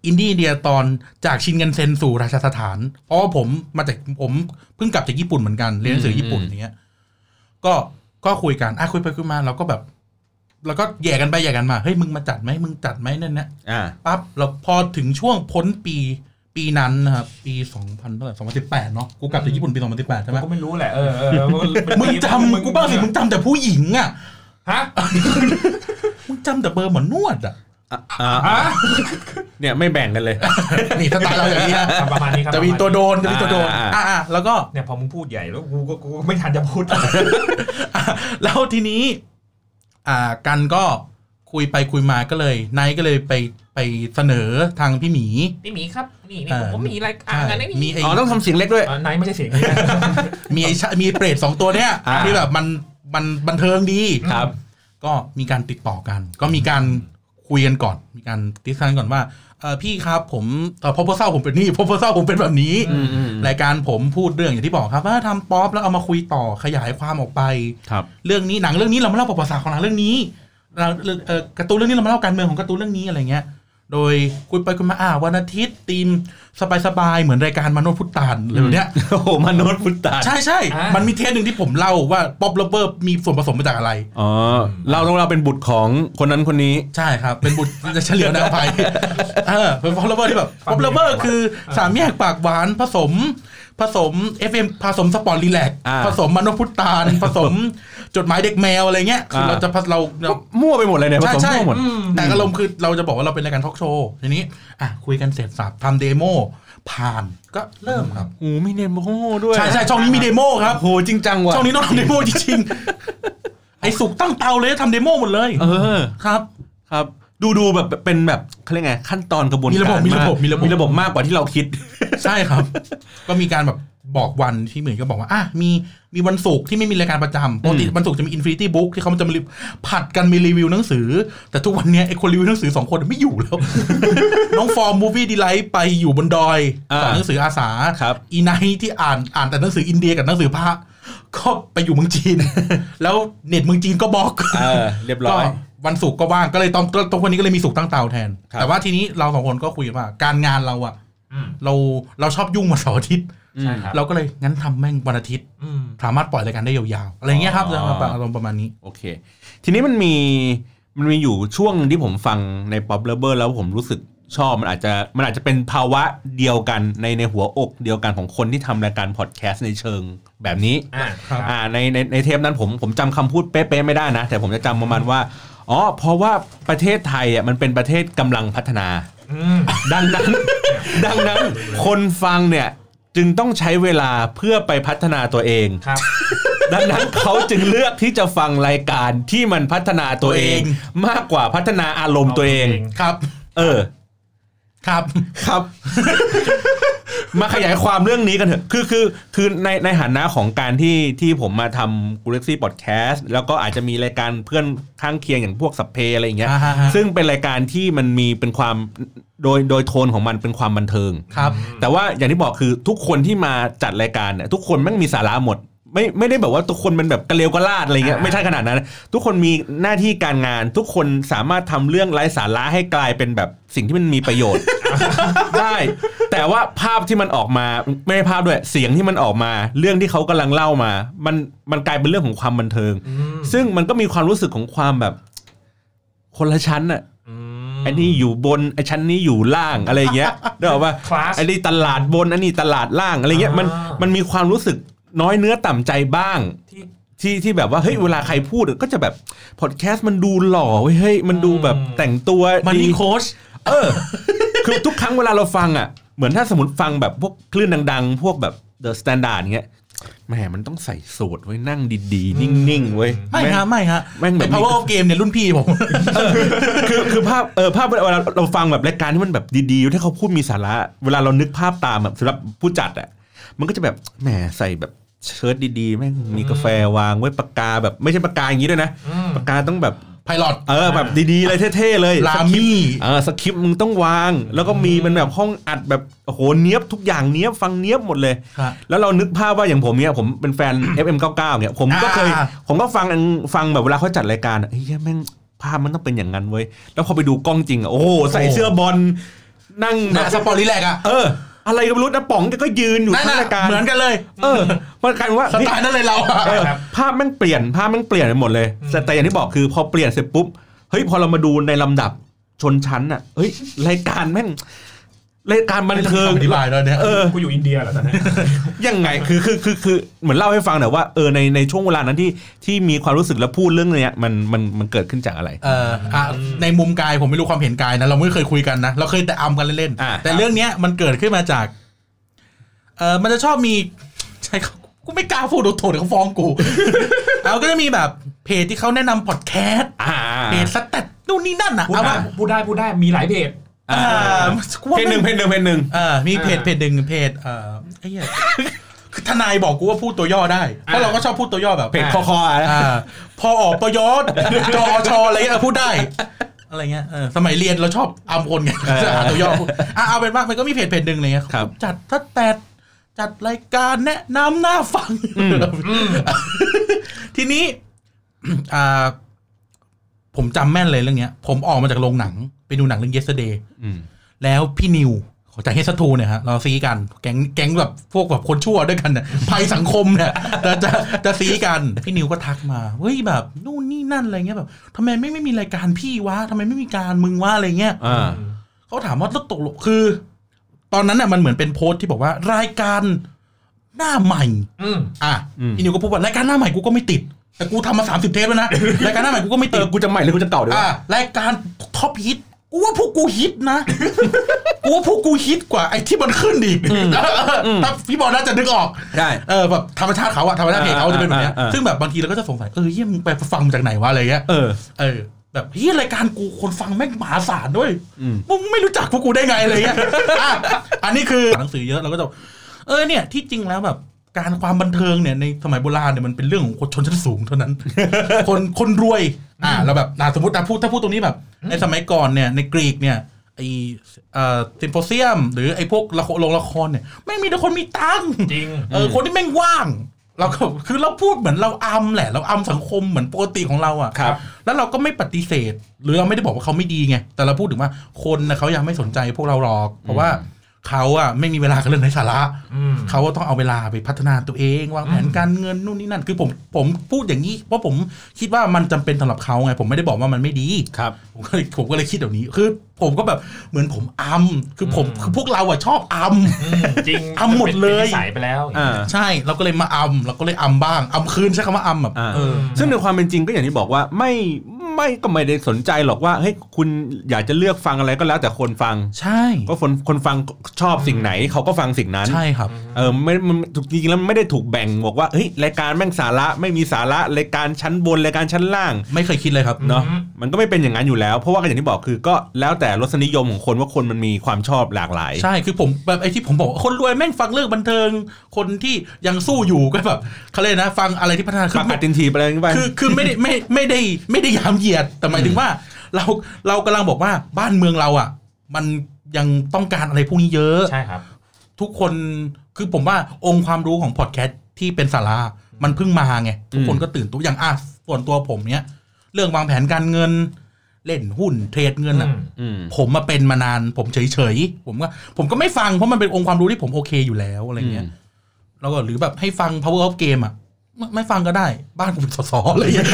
Speaker 2: อินดี้อินเดียตอนจากชินกันเซนสู่ราชสถานเพราะว่าผมมาจากผมเพิ่งกลับจากญี่ปุ่นเหมือนกันเรียนหนังสือญี่ปุ่นอย่างเงี้ย ก็ก็คุยกันอ่ะคุยไปคุยมาเราก็แบบ แล้วก็แย่กันไปแย่กันมาเฮ้ยมึงมาจัดไหมมึงจัดไหมนั่นนะ
Speaker 1: อ่า
Speaker 2: ปั๊บเราพอถึงช่วงพ้นปีปีนั้นนะครับ ปีสองพันเท่าไหร่สองพันสิบแปดเนาะกูกลับจากญี่ปุ่นปีสองพันสิบแปดใช่ไหม
Speaker 3: ก็ไม่รู้แหละเออ เออเออ
Speaker 2: มึงจำมึงกูบ้างสิมึงจำแต่ผู้หญิงอ่ะ
Speaker 3: ฮะ
Speaker 2: มึงจำแต่เบอร์หมอนวดอ่ะ
Speaker 1: อ่า
Speaker 3: ฮะ
Speaker 1: เนี่ยไม่แบ่งกันเลย
Speaker 2: นี่สไตล์เราอย่างนี้นะ
Speaker 3: อ่ะประมาณนี้ครับ
Speaker 2: จะมีตัว
Speaker 3: ประาณนี้
Speaker 2: โดนจะมีตัวโดน
Speaker 1: อ่า
Speaker 2: อ่าแล้วก็
Speaker 3: เนี่ยพอมึงพูดใหญ่แล้วกูก็กูไม่ทันจะพูด
Speaker 2: อ่ะแล้วทีนี้ อ่ากันก็คุยไปคุยมาก็เลยไนท์ก็เลยไปไปเสนอทางพี่หมี
Speaker 3: พี่หมีครับนี่นี่
Speaker 2: เออ
Speaker 3: ผมมีอะไรอ่านกันได้
Speaker 2: มี
Speaker 3: นี่
Speaker 2: ไอ้
Speaker 1: อ๋อต้องทำเสียงเล็กด้วย
Speaker 3: เอ่อนายไม่ใช่เสียงนี้นะ
Speaker 2: มีไอ้ชะมีเปรตสองตัวเนี้ย
Speaker 1: อ่า
Speaker 2: ที่แบบมันมันบันเทิงดี
Speaker 1: ครับ
Speaker 2: ก็มีการติดต่อกัน ก็มีการคุยกันก่อน มีการติดกันก่อนว่าเออพี่ครับผมเออพอพเศร้าผมเป็นนี่พอพเศร้าผมเป็นแบบนี้
Speaker 1: อืมอืม
Speaker 2: รายการผมพูดเรื่องอย่างที่บอกครับว่าทำป๊อปแล้วเอามาคุยต่อขยายความออกไป
Speaker 1: ครับ
Speaker 2: เรื่องนี้หนังเรื่องนี้เรามาเล่าประวัติศาสตร์ของหนังเรื่องนี้เราเรื่องเอ่อการ์ตูนเรื่องนี้เรามาเล่าการเมืองของการ์ตูนเรื่องนี้อะไรเงี้ย โดยคุยไปคุยมาอ่าวันอาทิตย์ธีมสบายๆเหมือนรายการมโนษย์พุทธานหรือเนี้ย
Speaker 1: โอ้โหมนุษย์พุทธา
Speaker 2: ใช่ใช่ๆ
Speaker 3: อ่ามั
Speaker 2: มันมีเทสหนึ่งที่ผมเล่าว่าป๊อปเลเวอร์มีส่วนผสมมาจากอะไร
Speaker 1: อ๋อเราต้องเราเป็นบุตรของคนนั้นคนนี้
Speaker 2: ใช่ครับ เป็นบุตร จะเฉลียวนะอภัยเออเป็นฟอลโลเวอร์ที่แบบ
Speaker 3: ฟั
Speaker 2: ฟอง ล
Speaker 3: ดี
Speaker 2: โลเวอร์
Speaker 3: ฟังดี
Speaker 2: คือสามแยกปากหวานผสม ผสม FM ผสมสปอร์ตรีแลกซ์
Speaker 1: อ่า
Speaker 2: ผสมมนุษย์พุทธาน ผสมจดหมายเด็กแมวอะไรเงี้ยคืออา เราจะผสเราเรา
Speaker 1: มั่วไปหมดเลยเนี่ยผ
Speaker 2: ใช่
Speaker 1: สม
Speaker 2: ใช่
Speaker 1: มั่วหมด
Speaker 3: อืม
Speaker 2: แต่อารมณ์คือเราจะบอกว่าเราเป็นรายการทอล์กโชว์ทีนี้อ่ะคุยกันเสร็จสับทำเดโมผ่านก็เริ่มครับ
Speaker 1: โอ้ไม่เนมโมด้วย
Speaker 2: ใช่ใช่ช่องนี้มีเดโมครับ
Speaker 1: โหจริงจังว่ะ
Speaker 2: ช่องนี้ต้องทำเดโมจริง ๆไอ้สุกตั้งเตาเลยทำเดโมหมดเลย
Speaker 1: เออ
Speaker 2: ครับ
Speaker 1: ครับ ดูดูแบบเป็นแบบเขาเรียกไงขั้นตอนกระบวนการ
Speaker 2: มีระบบมีระบบมีระบบ
Speaker 1: มีระบบมากกว่าที่เราคิด
Speaker 2: ใช่ครับ ก็มีการแบบบอกวันที่เหมือนก็บอกว่าอ่ะมีมีวันศุกร์ที่ไม่มีรายการประจำปกติวันศุกร์จะมี Infinity Book ที่เขาจะมารีวิวผัดกันมีรีวิวหนังสือ แต่ทุกวันเนี้ยไอ้คนรีวิวหนังสือสองคนไม่อยู่ แล้ว น้องฟอร์มมูฟี่ดีไลท์ไปอยู่บนดอย
Speaker 1: อ่า
Speaker 2: สอนหนังสืออาสา
Speaker 1: ครับ
Speaker 2: อีไนท์ที่อ่านอ่านแต่หนังสืออินเดียกับหนังสือพระก็ไปอยู่เมือง จีน แล้วเน็ตเมืองจีนก็บล็อก
Speaker 1: เออเรียบร้อย
Speaker 2: ก็วันศุกร์ก็ว่างก็เลยตอนตรงวันนี้ก็เลยมีศุกร์ตั้งเตาแทน
Speaker 1: ครับ
Speaker 2: แต่ว่าทีนี้เราสองคนก็คุยกันว่า การงานเราอะ
Speaker 3: อืม
Speaker 2: เราเราชอบยุ่งวันเสาร์อาทิตย์
Speaker 1: อืม
Speaker 3: ใช่ครับ
Speaker 2: เราก็เลยงั้นทำแม่งวันอาทิตย์
Speaker 3: อืม
Speaker 2: สามารถปล่อยรายการได้ยาวๆ อะไรเงี้ยครับ
Speaker 1: อ๋อ
Speaker 2: ประมาณอารมณ์ประมาณนี้
Speaker 1: โอเค ทีนี้มันมีมันมีอยู่ช่วงที่ผมฟังในป๊อปเลเบอร์แล้วผมรู้สึกชอบมันอาจจะมันอาจจะเป็นภาวะเดียวกันในในหัวอกเดียวกันของคนที่ทำรายการพอดแคสต์ในเชิงแบบนี้
Speaker 3: อ่า
Speaker 2: ครับ
Speaker 1: อ่าในในในเทปนั้นผมผมจำคำพูดเป๊ะๆไม่ได้นะ แต่ผมจะจำประมาณว่าอ๋อเพราะว่าประเทศไทยอ่ะมันเป็นประเทศกำลังพัฒนา
Speaker 3: อืม
Speaker 1: ดังนั้น ดังนั้นคนฟังเนี่ยจึงต้องใช้เวลาเพื่อไปพัฒนาตัวเอง
Speaker 3: ครับ
Speaker 1: ดังนั้นเขาจึงเลือกที่จะฟังรายการที่มันพัฒนาตัวเอง มากกว่าพัฒนาอารมณ์ตัวเอง
Speaker 2: ครับ
Speaker 1: เออ
Speaker 2: ครับ
Speaker 1: ครับ มาขยายความเรื่องนี้กันเถอะ คือคือคือในในฐานะของการที่ที่ผมมาทำกูเล็กซี่พอดแคสต์แล้วก็อาจจะมีรายการเพื่อนข้างเคียงอย่างพวกสัพเพอะไรอย่างเงี้ย
Speaker 2: อ่าฮะฮะ
Speaker 1: ซึ่งเป็นรายการที่มันมีเป็นความโดยโดยโทนของมันเป็นความบันเทิง
Speaker 2: ครับ
Speaker 1: แต่ว่าอย่างที่บอกคือทุกคนที่มาจัดรายการเนี่ยทุกคนแม่งมีสาระหมด ไม่ไม่ได้แบบว่าทุกคนเป็นแบบกระเลวกระลาดอะไรเงี้ย
Speaker 3: อ่า
Speaker 1: ไม่ใช่ขนาดนั้น ทุกคนมีหน้าที่การงาน ทุกคนสามารถทำเรื่องไร้สาระให้กลายเป็นแบบสิ่งที่มันมีประโยชน์ ได้ แต่ว่าภาพที่มันออกมาไม่ใช่ภาพด้วยเสียงที่มันออกมา เรื่องที่เขากำลังเล่ามา มันมันกลายเป็นเรื่องของความบันเทิง
Speaker 3: อืม
Speaker 1: ซึ่งมันก็มีความรู้สึกของความแบบ คนละชั้นอะ
Speaker 3: อืม
Speaker 1: อันนี้อยู่บนไอ้ชั้นนี้อยู่ล่างอะไรอย่างเงี้ย ได้บอกว่า
Speaker 3: Class
Speaker 1: อันนี้ตลาดบนอันนี้ตลาดล่างอะไรเงี้ยมัน
Speaker 3: อ่ามั
Speaker 1: มันมีความรู้สึกน้อยเนื้อต่ำใจบ้าง
Speaker 3: ที่
Speaker 1: ที่ที่แบบว่าเฮ้ยเวลาใครพูดก็จะแบบพอดแคสต์มันดูหล่อเว้ยเฮ้ยมันดูแบบ
Speaker 3: อืม
Speaker 1: แต่งตัว
Speaker 2: มัน
Speaker 1: ดี
Speaker 2: นี่โค้ช
Speaker 1: เออ คือทุกครั้งเวลาเราฟังอ่ะ เหมือนถ้าสมมติฟังแบบพวกคลื่นดัง ๆ พวกแบบเดอะสแตนดาร์ดเงี้ยแหมมันต้องใส่สูทไว้นั่งดีๆ นิ่งๆเว้ย
Speaker 2: ไม่ฮะ ไม่ฮะ
Speaker 1: แม่งแบบ
Speaker 2: แต่ power of game เนี่ยรุ่นพี่ผม
Speaker 1: คือคือภาพเออภาพเวลาเราฟังแบบรายการที่มันแบบดีๆที่เขาพูดมีสาระเวลาเรานึกภาพตามแบบสำหรับผู้จัดอ่ะมันก็จะแบบแหมใส่แบบเชิ้ตดีๆแม่งมีกาแฟวางไว้ปากกาแบบไม่ใช่ปากกาอย่างนี้ด้วยนะ
Speaker 3: อืม
Speaker 1: ปากกาต้องแบบ
Speaker 2: ไพ ลอต
Speaker 1: เออแบบดีๆเลยเท่ๆเลย
Speaker 2: ลามี่
Speaker 1: เออสคริปต์มึงต้องวาง แล้วก็มีเป็นแบบห้องอัดแบบโอ้โหเนี้ยบทุกอย่างเนี้ยบฟังเนี้ยบหมดเลย
Speaker 2: ครับ
Speaker 1: แล้วเรานึกภาพว่าอย่างผมเนี่ยผมเป็นแฟน FM99 เนี่ยผมก็เคย
Speaker 2: อ่า
Speaker 1: ผมก็ฟังฟังแบบเวลาเขาจัดรายการอะเฮ้ยแม่งภาพมันต้องเป็นอย่างนั้นเว้ย แล้วพอไปดูกล้องจริงอะโอ้โหใส่เสื้อบอล นั่งแบ
Speaker 2: นะ
Speaker 1: บ
Speaker 2: สปอร์ตลิแลกอะ
Speaker 1: เออ อะไรก็ไม่รู้นะป๋องแกก็ยืนอยู่
Speaker 2: นั่น
Speaker 1: ทั้ง
Speaker 2: น่ะ
Speaker 1: รายการ
Speaker 2: เหมือนกันเลย
Speaker 1: เออมันกลายเป็นว่า
Speaker 2: สไตล์นั่นเลยเราอะ
Speaker 1: เออ
Speaker 3: ครับ
Speaker 1: ภาพแม่งเปลี่ยนภาพแม่งเปลี่ยนไปหมดเลยแต่
Speaker 3: อืม
Speaker 1: แต่อย่างที่บอกคือพอเปลี่ยนเสร็จปุ๊บเฮ้ยพอเรามาดูในลำดับชนชั้นอ่ะเฮ้ยรายการแม่งรายการบันเทิง
Speaker 2: อธิบายแล้วเนี่ย
Speaker 1: เออ
Speaker 3: กูอยู่อินเดียเหรอตอนนี้
Speaker 1: ยังไงคือคือคือคือเหมือนเล่าให้ฟังหน่อยว่าเออในในช่วงเวลานั้นที่ที่มีความรู้สึกและพูดเรื่องเนี้ยมันมันมันเกิดขึ้นจากอะไร
Speaker 2: เอออ่ะในมุมกายผมไม่รู้ความเห็นกายนะเราไม่เคยคุยกันนะเราเคยแต่อำกันเล่น
Speaker 1: อ่า
Speaker 2: ๆแต่เรื่องเนี้ยมันเกิดขึ้นมาจากเออมันจะชอบมี ใช่ครับกูไม่กล้าพูดโดนโถดเขาฟ้องกู เอาก็จะมีแบบเพจที่เขาแนะนำพอดแคสต์
Speaker 1: อ่า
Speaker 2: เพจสเตตนู่นนี่นั่นอ่ะ
Speaker 3: พูด
Speaker 2: เอา
Speaker 3: ได้
Speaker 2: ว่า
Speaker 3: พูดได้พูดได้มีหลายเพจ
Speaker 1: อ่า
Speaker 2: กูว่า
Speaker 1: เพลงห
Speaker 2: ไม่
Speaker 1: นึ่งเพลงหนึ่งเพลงหนึ่ง
Speaker 2: เออมีเพจ
Speaker 3: อ่า
Speaker 2: เพจหนึ่งเพจเอ่อไอ้เหี้ยคือทนายบอกกูว่าพูดตัวย่อได้ เพราะ
Speaker 3: อ่า
Speaker 2: เราก็ชอบพูดตัวย่อแบบ
Speaker 1: เพลงคอคออ่ะ
Speaker 2: อ่าพอออกประยศจอชออะไรเงี้ยเออพูดได้ อะไรเงี้ยเออสมัยเรียนเราชอบอำคนไง
Speaker 1: เออ
Speaker 2: จะหาตัวย่อพูดอ่ะเอาเป็นว่ามันก็มีเพจเพจหนึ่งอะไรเงี้ย
Speaker 1: ครับ
Speaker 2: จัดทัดแต่จัดรายการแนะนำหน้าฟัง
Speaker 1: อืม
Speaker 2: ทีนี้ อ่า ผมจำแม่นเลยเรื่องเนี้ย ผมออกมาจากโรงหนัง ไปดูหนังเรื่อง yesterday
Speaker 1: อืม
Speaker 2: แล้วพี่นิวของจากเฮสทูเนี่ยฮะเราซีกันแก๊งแก๊งแบบพวกแบบคนชั่วด้วยกันเนี่ย ภัยสังคมเนี่ยจะ จะจะซีกันพี่นิวก็ทักมาเฮ้ยแบบนู่นนี่นั่นอะไรเงี้ยแบบทำไมไม่ไม่มีรายการพี่วะทำไมไม่มีการมึงวะอะไรเงี้ย
Speaker 1: อ่า
Speaker 2: เขาถามว่าแล้วตกลงคือ ตอนนั้นน่ะมันเหมือนเป็นโพสต์ที่บอกว่ารายการหน้าใหม่
Speaker 3: อืม
Speaker 2: อ่ะพี่นิวก็พูดว่ารายการหน้าใหม่กูก็ไม่ติด แต่กูทำมาสามสิบเทปแล้วนะ รายการหน้าใหม่กูก็ไม่
Speaker 1: เอ
Speaker 2: ติ
Speaker 1: อ
Speaker 2: ด
Speaker 1: กูจะใหม่หรือกูจะเก่าดีวะ
Speaker 2: อ่ะรายการท็อปฮิตกูว่าพวกกูฮิตนะ กูว่าพวกกูฮิตกว่าไอ้ที่มันขึ้นอีก ถ้าพี่บอลน่าจะนึกออก
Speaker 1: ใช่
Speaker 2: เออแบบธรรมชาติเขาอะธรรมชาติเพลงเขาจะเป็นแบบเนี้ย
Speaker 1: อ่าอ่าอ่า
Speaker 2: ซึ่งแบบบางทีเราก็จะสงสัยเออเยี่ยมงไปฟังมาจากไหนวะอะไรเงี้ย
Speaker 1: เออ
Speaker 2: เออ แบบเฮียรายการกูคนฟังแม่งมหาศาลด้วย
Speaker 1: อืม
Speaker 2: มึงไม่รู้จักพวกกูได้ไงอะไรเงี้ย อ่ะอันนี้คือหนังสือเยอะเราก็จะเออเนี่ยที่จริงแล้วแบบการความบันเทิงเนี่ยในสมัยโบราณเนี่ยมันเป็นเรื่องของคนชนชั้นสูงเท่า นั้น คนคนรวยอ่าเราแบบอ่ะสมมติถ้าพูดถ้าพูดตรงนี้แบบ ในสมัยก่อนเนี่ยในกรีกเนี่ยไอเอ่อซิมโพเซียม หรือไอพวกละครโรงละครเนี่ยไม่งมีแต่คนมีตังค์
Speaker 3: จริง
Speaker 2: เออคนที่แม่งว่าง เราก็ คือเราพูดเหมือนเราอำแหละ เราอำสังคมเหมือนปกติของเราอ่ะ
Speaker 1: ครับ
Speaker 2: แล้วเราก็ไม่ปฏิเสธ หรือเราไม่ได้บอกว่าเขาไม่ดีไงแต่เราพูดถึงว่าคนนะเขายังไม่สนใจพวกเราหรอก เพราะว่าเขาอ่ะไม่มีเวลากับเรื่องไร้สาระ
Speaker 3: อืม
Speaker 2: เขาก็ต้องเอาเวลาไปพัฒนาตัวเองวางแผน
Speaker 3: อืม
Speaker 2: การเงินนู่นนี่นั่น คือผมผมพูดอย่างนี้ เพราะผมคิดว่ามันจำเป็นสำหรับเขาไง ผมไม่ได้บอกว่ามันไม่ดี
Speaker 1: ครับ
Speaker 2: ผมก็เลยผมก็เลยคิดแบบนี้ คือ ผมก็แบบเหมือนผมอำ คือผมคือพวกเราอะชอบอำ
Speaker 3: อืมจริง
Speaker 2: ทำหมดเลย
Speaker 3: ป็นนิสายไปแล้ว
Speaker 1: อ่า
Speaker 2: ใช่เราก็เลยมาอำเราก็เลยอำบ้างอำคืนใช้คำว่าอำแบบ
Speaker 1: อ่า
Speaker 2: เออ
Speaker 1: ซึ่งในความเป็นจริงก็อย่างที่บอกว่าไม่ไม่ก็ไม่ได้สนใจหรอกว่าเฮ้ยคุณอยากจะเลือกฟังอะไรก็แล้วแต่คนฟัง
Speaker 2: ใช่
Speaker 1: ก็คนคนฟังชอบสิ่งไหนเขาก็ฟังสิ่งนั้น
Speaker 2: ใช่ครับ
Speaker 1: เออไม่มันถูกจริงๆแล้วไม่ได้ถูกแบ่งบอกว่าเฮ้ยรายการแม่งสาระไม่มีสาระรายการชั้นบนรายการชั้นล่าง
Speaker 2: ไม่เคยคิดเลยครับ
Speaker 1: เนาะมันก็ไม่เป็นอย่างนั้นอยู่แล้ว เพราะว่าก็อย่างที่บอกคือก็แล้วแต่รสนิยมของคนว่าคนมันมีความชอบหลากหลาย
Speaker 2: ใช่ คือผมแบบไอ้ที่ผมบอกว่าคนรวยแม่งฟังเรื่องบันเทิง คนที่ยังสู้อยู่ก็แบบเขาเลยกนะ ฟังอะไรที่พัฒนาขึ้
Speaker 1: ปาน กกาตินทีไปเลยนี่ไป
Speaker 2: คือคือไม่ได้ไม่ไม่ได้ไม่ได้ยามเหยียดแต่หมายถึงว่า เราเรากำลังบอกว่าบ้านเมืองเราอ่ะ มันยังต้องการอะไรพวกนี้เยอะ
Speaker 3: ใช่ครับ
Speaker 2: ทุกคนคือผมว่าองค์ความรู้ของพอดแคสต์ที่เป็นสาระมันเพิ่งมาไง ทุกคนก็ตื่นตัวอย่างอ่ะส่วนตัวผมเนี้ยเรื่องวางแผนการเงิน เล่นหุ้นเทรดเงินอ่ะ
Speaker 3: อืม
Speaker 1: อืม
Speaker 2: ผมมาเป็นมานาน ผมเฉยๆผมก็ผมก็ไม่ฟังเพราะมันเป็นองค์ความรู้ที่ผมโอเคอยู่แล้วอะไรเงี้ย
Speaker 1: อืม
Speaker 2: แล้วก็หรือแบบให้ฟัง power of game อ่ะไม่ไม่ฟังก็ได้ บ้านกูเป็นสสอะไรเงี้ย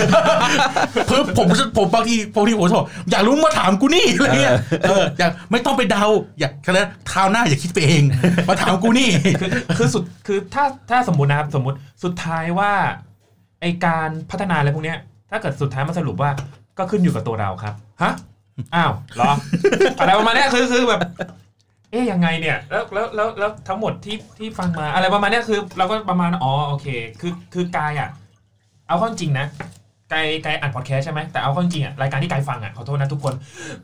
Speaker 2: เพิ่มผมผมผมบางทีบางทีผมชอบอยากรู้มาถามกูนี่อะไรเงี้ยเอออยากไม่ต้องไปเดา อยากแค่นั้นคราวหน้าอย่าคิดไปเอง มาถามกูนี่
Speaker 3: คือคือสุดคือถ้าถ้าสมมตินะครับสมมติสุดท้ายว่าไอการพัฒนาอะไรพวกเนี้ย ถ้าเกิดสุดท้ายมาสรุปว่าก็ขึ้นอยู่กับตัวเราครับฮะอ้าวเหรอ อะไรประมาณเนี้ยคือคือแบบ เอ๊ยยังไงเนี่ยแล้วแล้วแล้วแล้วทั้งหมดที่ที่ฟังมา อะไรประมาณเนี้ยคือ เราก็ประมาณอ๋อโอเค คือคือกายอ่ะ เอาเข้อจริงนะกายกายอ่านพอดแคสต์ใช่ไหมแต่เอาเข้อจริงอ่ะรายการที่กายฟังอ่ะขอโทษนะทุกคน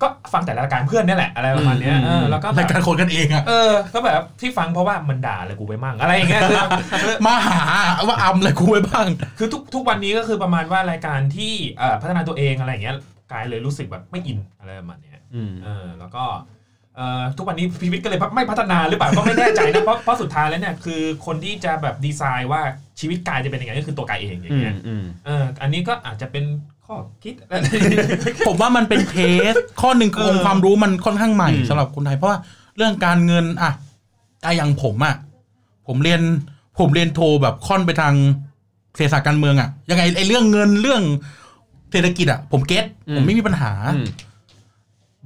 Speaker 3: ก็ฟังแต่ละรายการเพื่อนเนี่ยแหละอะไรประมาณเนี้ยเออแล้วก็แบบ
Speaker 2: รายการคนกันเองอ่ะ
Speaker 3: เออ ก็แบบที่ฟังเพราะว่ามันด่าเลยกูไปมั่งอะไรอย่างเงี้ย คือคือ
Speaker 2: มาหาว่าอำอะไรกูไว้บ้าง
Speaker 3: คือทุกทุกวันนี้ก็คือประมาณว่ารายการที่เอ่อพัฒนาตัวเองอะไรอย่างเงี้ยกายเลยรู้สึกแบบไม่อินอะไรประมาณเนี้ย
Speaker 1: อืม
Speaker 3: เออแล้วก็เอ่อทุกวันนี้ชีวิตก็เลยไม่พัฒนาหรือเปล่าก็ไม่แน่ใจนะ เพราะเพราะสุดท้ายแล้วเนี่ยคือคนที่จะแบบดีไซน์ว่าชีวิตกายจะเป็นยังไงก็คือตัวกายเองอย่างเงี้ย
Speaker 1: อืม
Speaker 3: เอออันนี้ก็อาจจะเป็นข้อคิด
Speaker 2: ผมว่ามันเป็นเทส ข้อหนึ่งคือ
Speaker 3: เออ
Speaker 2: องค์ความรู้มันค่อนข้างใหม่
Speaker 1: อืม
Speaker 2: สำหรับคนไทยเพราะว่า เรื่องการเงินอ่ะไอะอย่างผมอ่ะผมเรียนผมเรียนโทแบบค่อนไปทางเศรษฐศาสตร์การเมืองอ่ะยังไงไอเรื่องเงินเรื่องเศรษฐกิจอ่ะ ผมเก็ต
Speaker 1: อืม
Speaker 2: ผมไม่มีปัญหา
Speaker 1: อืม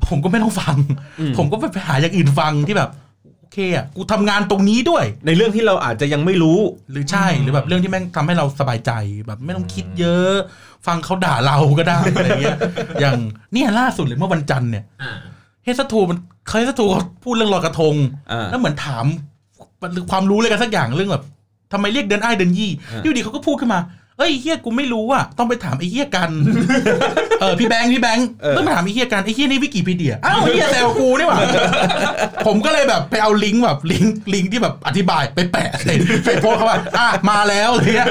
Speaker 2: ผมก็ไม่ต้องฟัง
Speaker 1: อืม
Speaker 2: ผมก็ไปหาอย่างอื่นฟังที่แบบโอเคอ่ะกูทำงานตรงนี้ด้วย
Speaker 1: ในเรื่องที่เราอาจจะยังไม่รู้
Speaker 2: หรือใช่
Speaker 3: อืม
Speaker 2: หรือแบบเรื่องที่แม่งทำให้เราสบายใจแบบไม่ต้องคิดเยอะ ฟังเขาด่าเราก็ได้อะไรเงี้ย อย่างเนี่ยล่าสุดเลยเมื่อวันจันทร์เนี่ย
Speaker 3: อ่า
Speaker 2: เฮสทูมันเคยเฮสทูเขาพูดเรื่องลอยกระทง
Speaker 1: อ่า
Speaker 2: แล้วเหมือนถามความรู้เลยกันสักอย่างเรื่องแบบทำไมเรียกเดินอ้ายเดินยี่
Speaker 1: อ่า
Speaker 2: อยู่ดีเขาก็พูดขึ้นมาเอ้ยเฮียกูไม่รู้อ่ะต้องไปถามไอ้เฮียกัน เออพี่แบงค์พี่แบงค์ต้องไปถามไอ้เฮียกันไอ้เฮียนี่วิกิพีเดียอ้าวไอ้เฮียแซวกูนี่หว่า ผมก็เลยแบบไปเอาลิงก์แบบลิงก์ลิงก์ที่แบบอธิบายไปแปะ ใส่เฟซบุ๊กเขาว่าอ่ะมาแล้วอะไรเงี้ย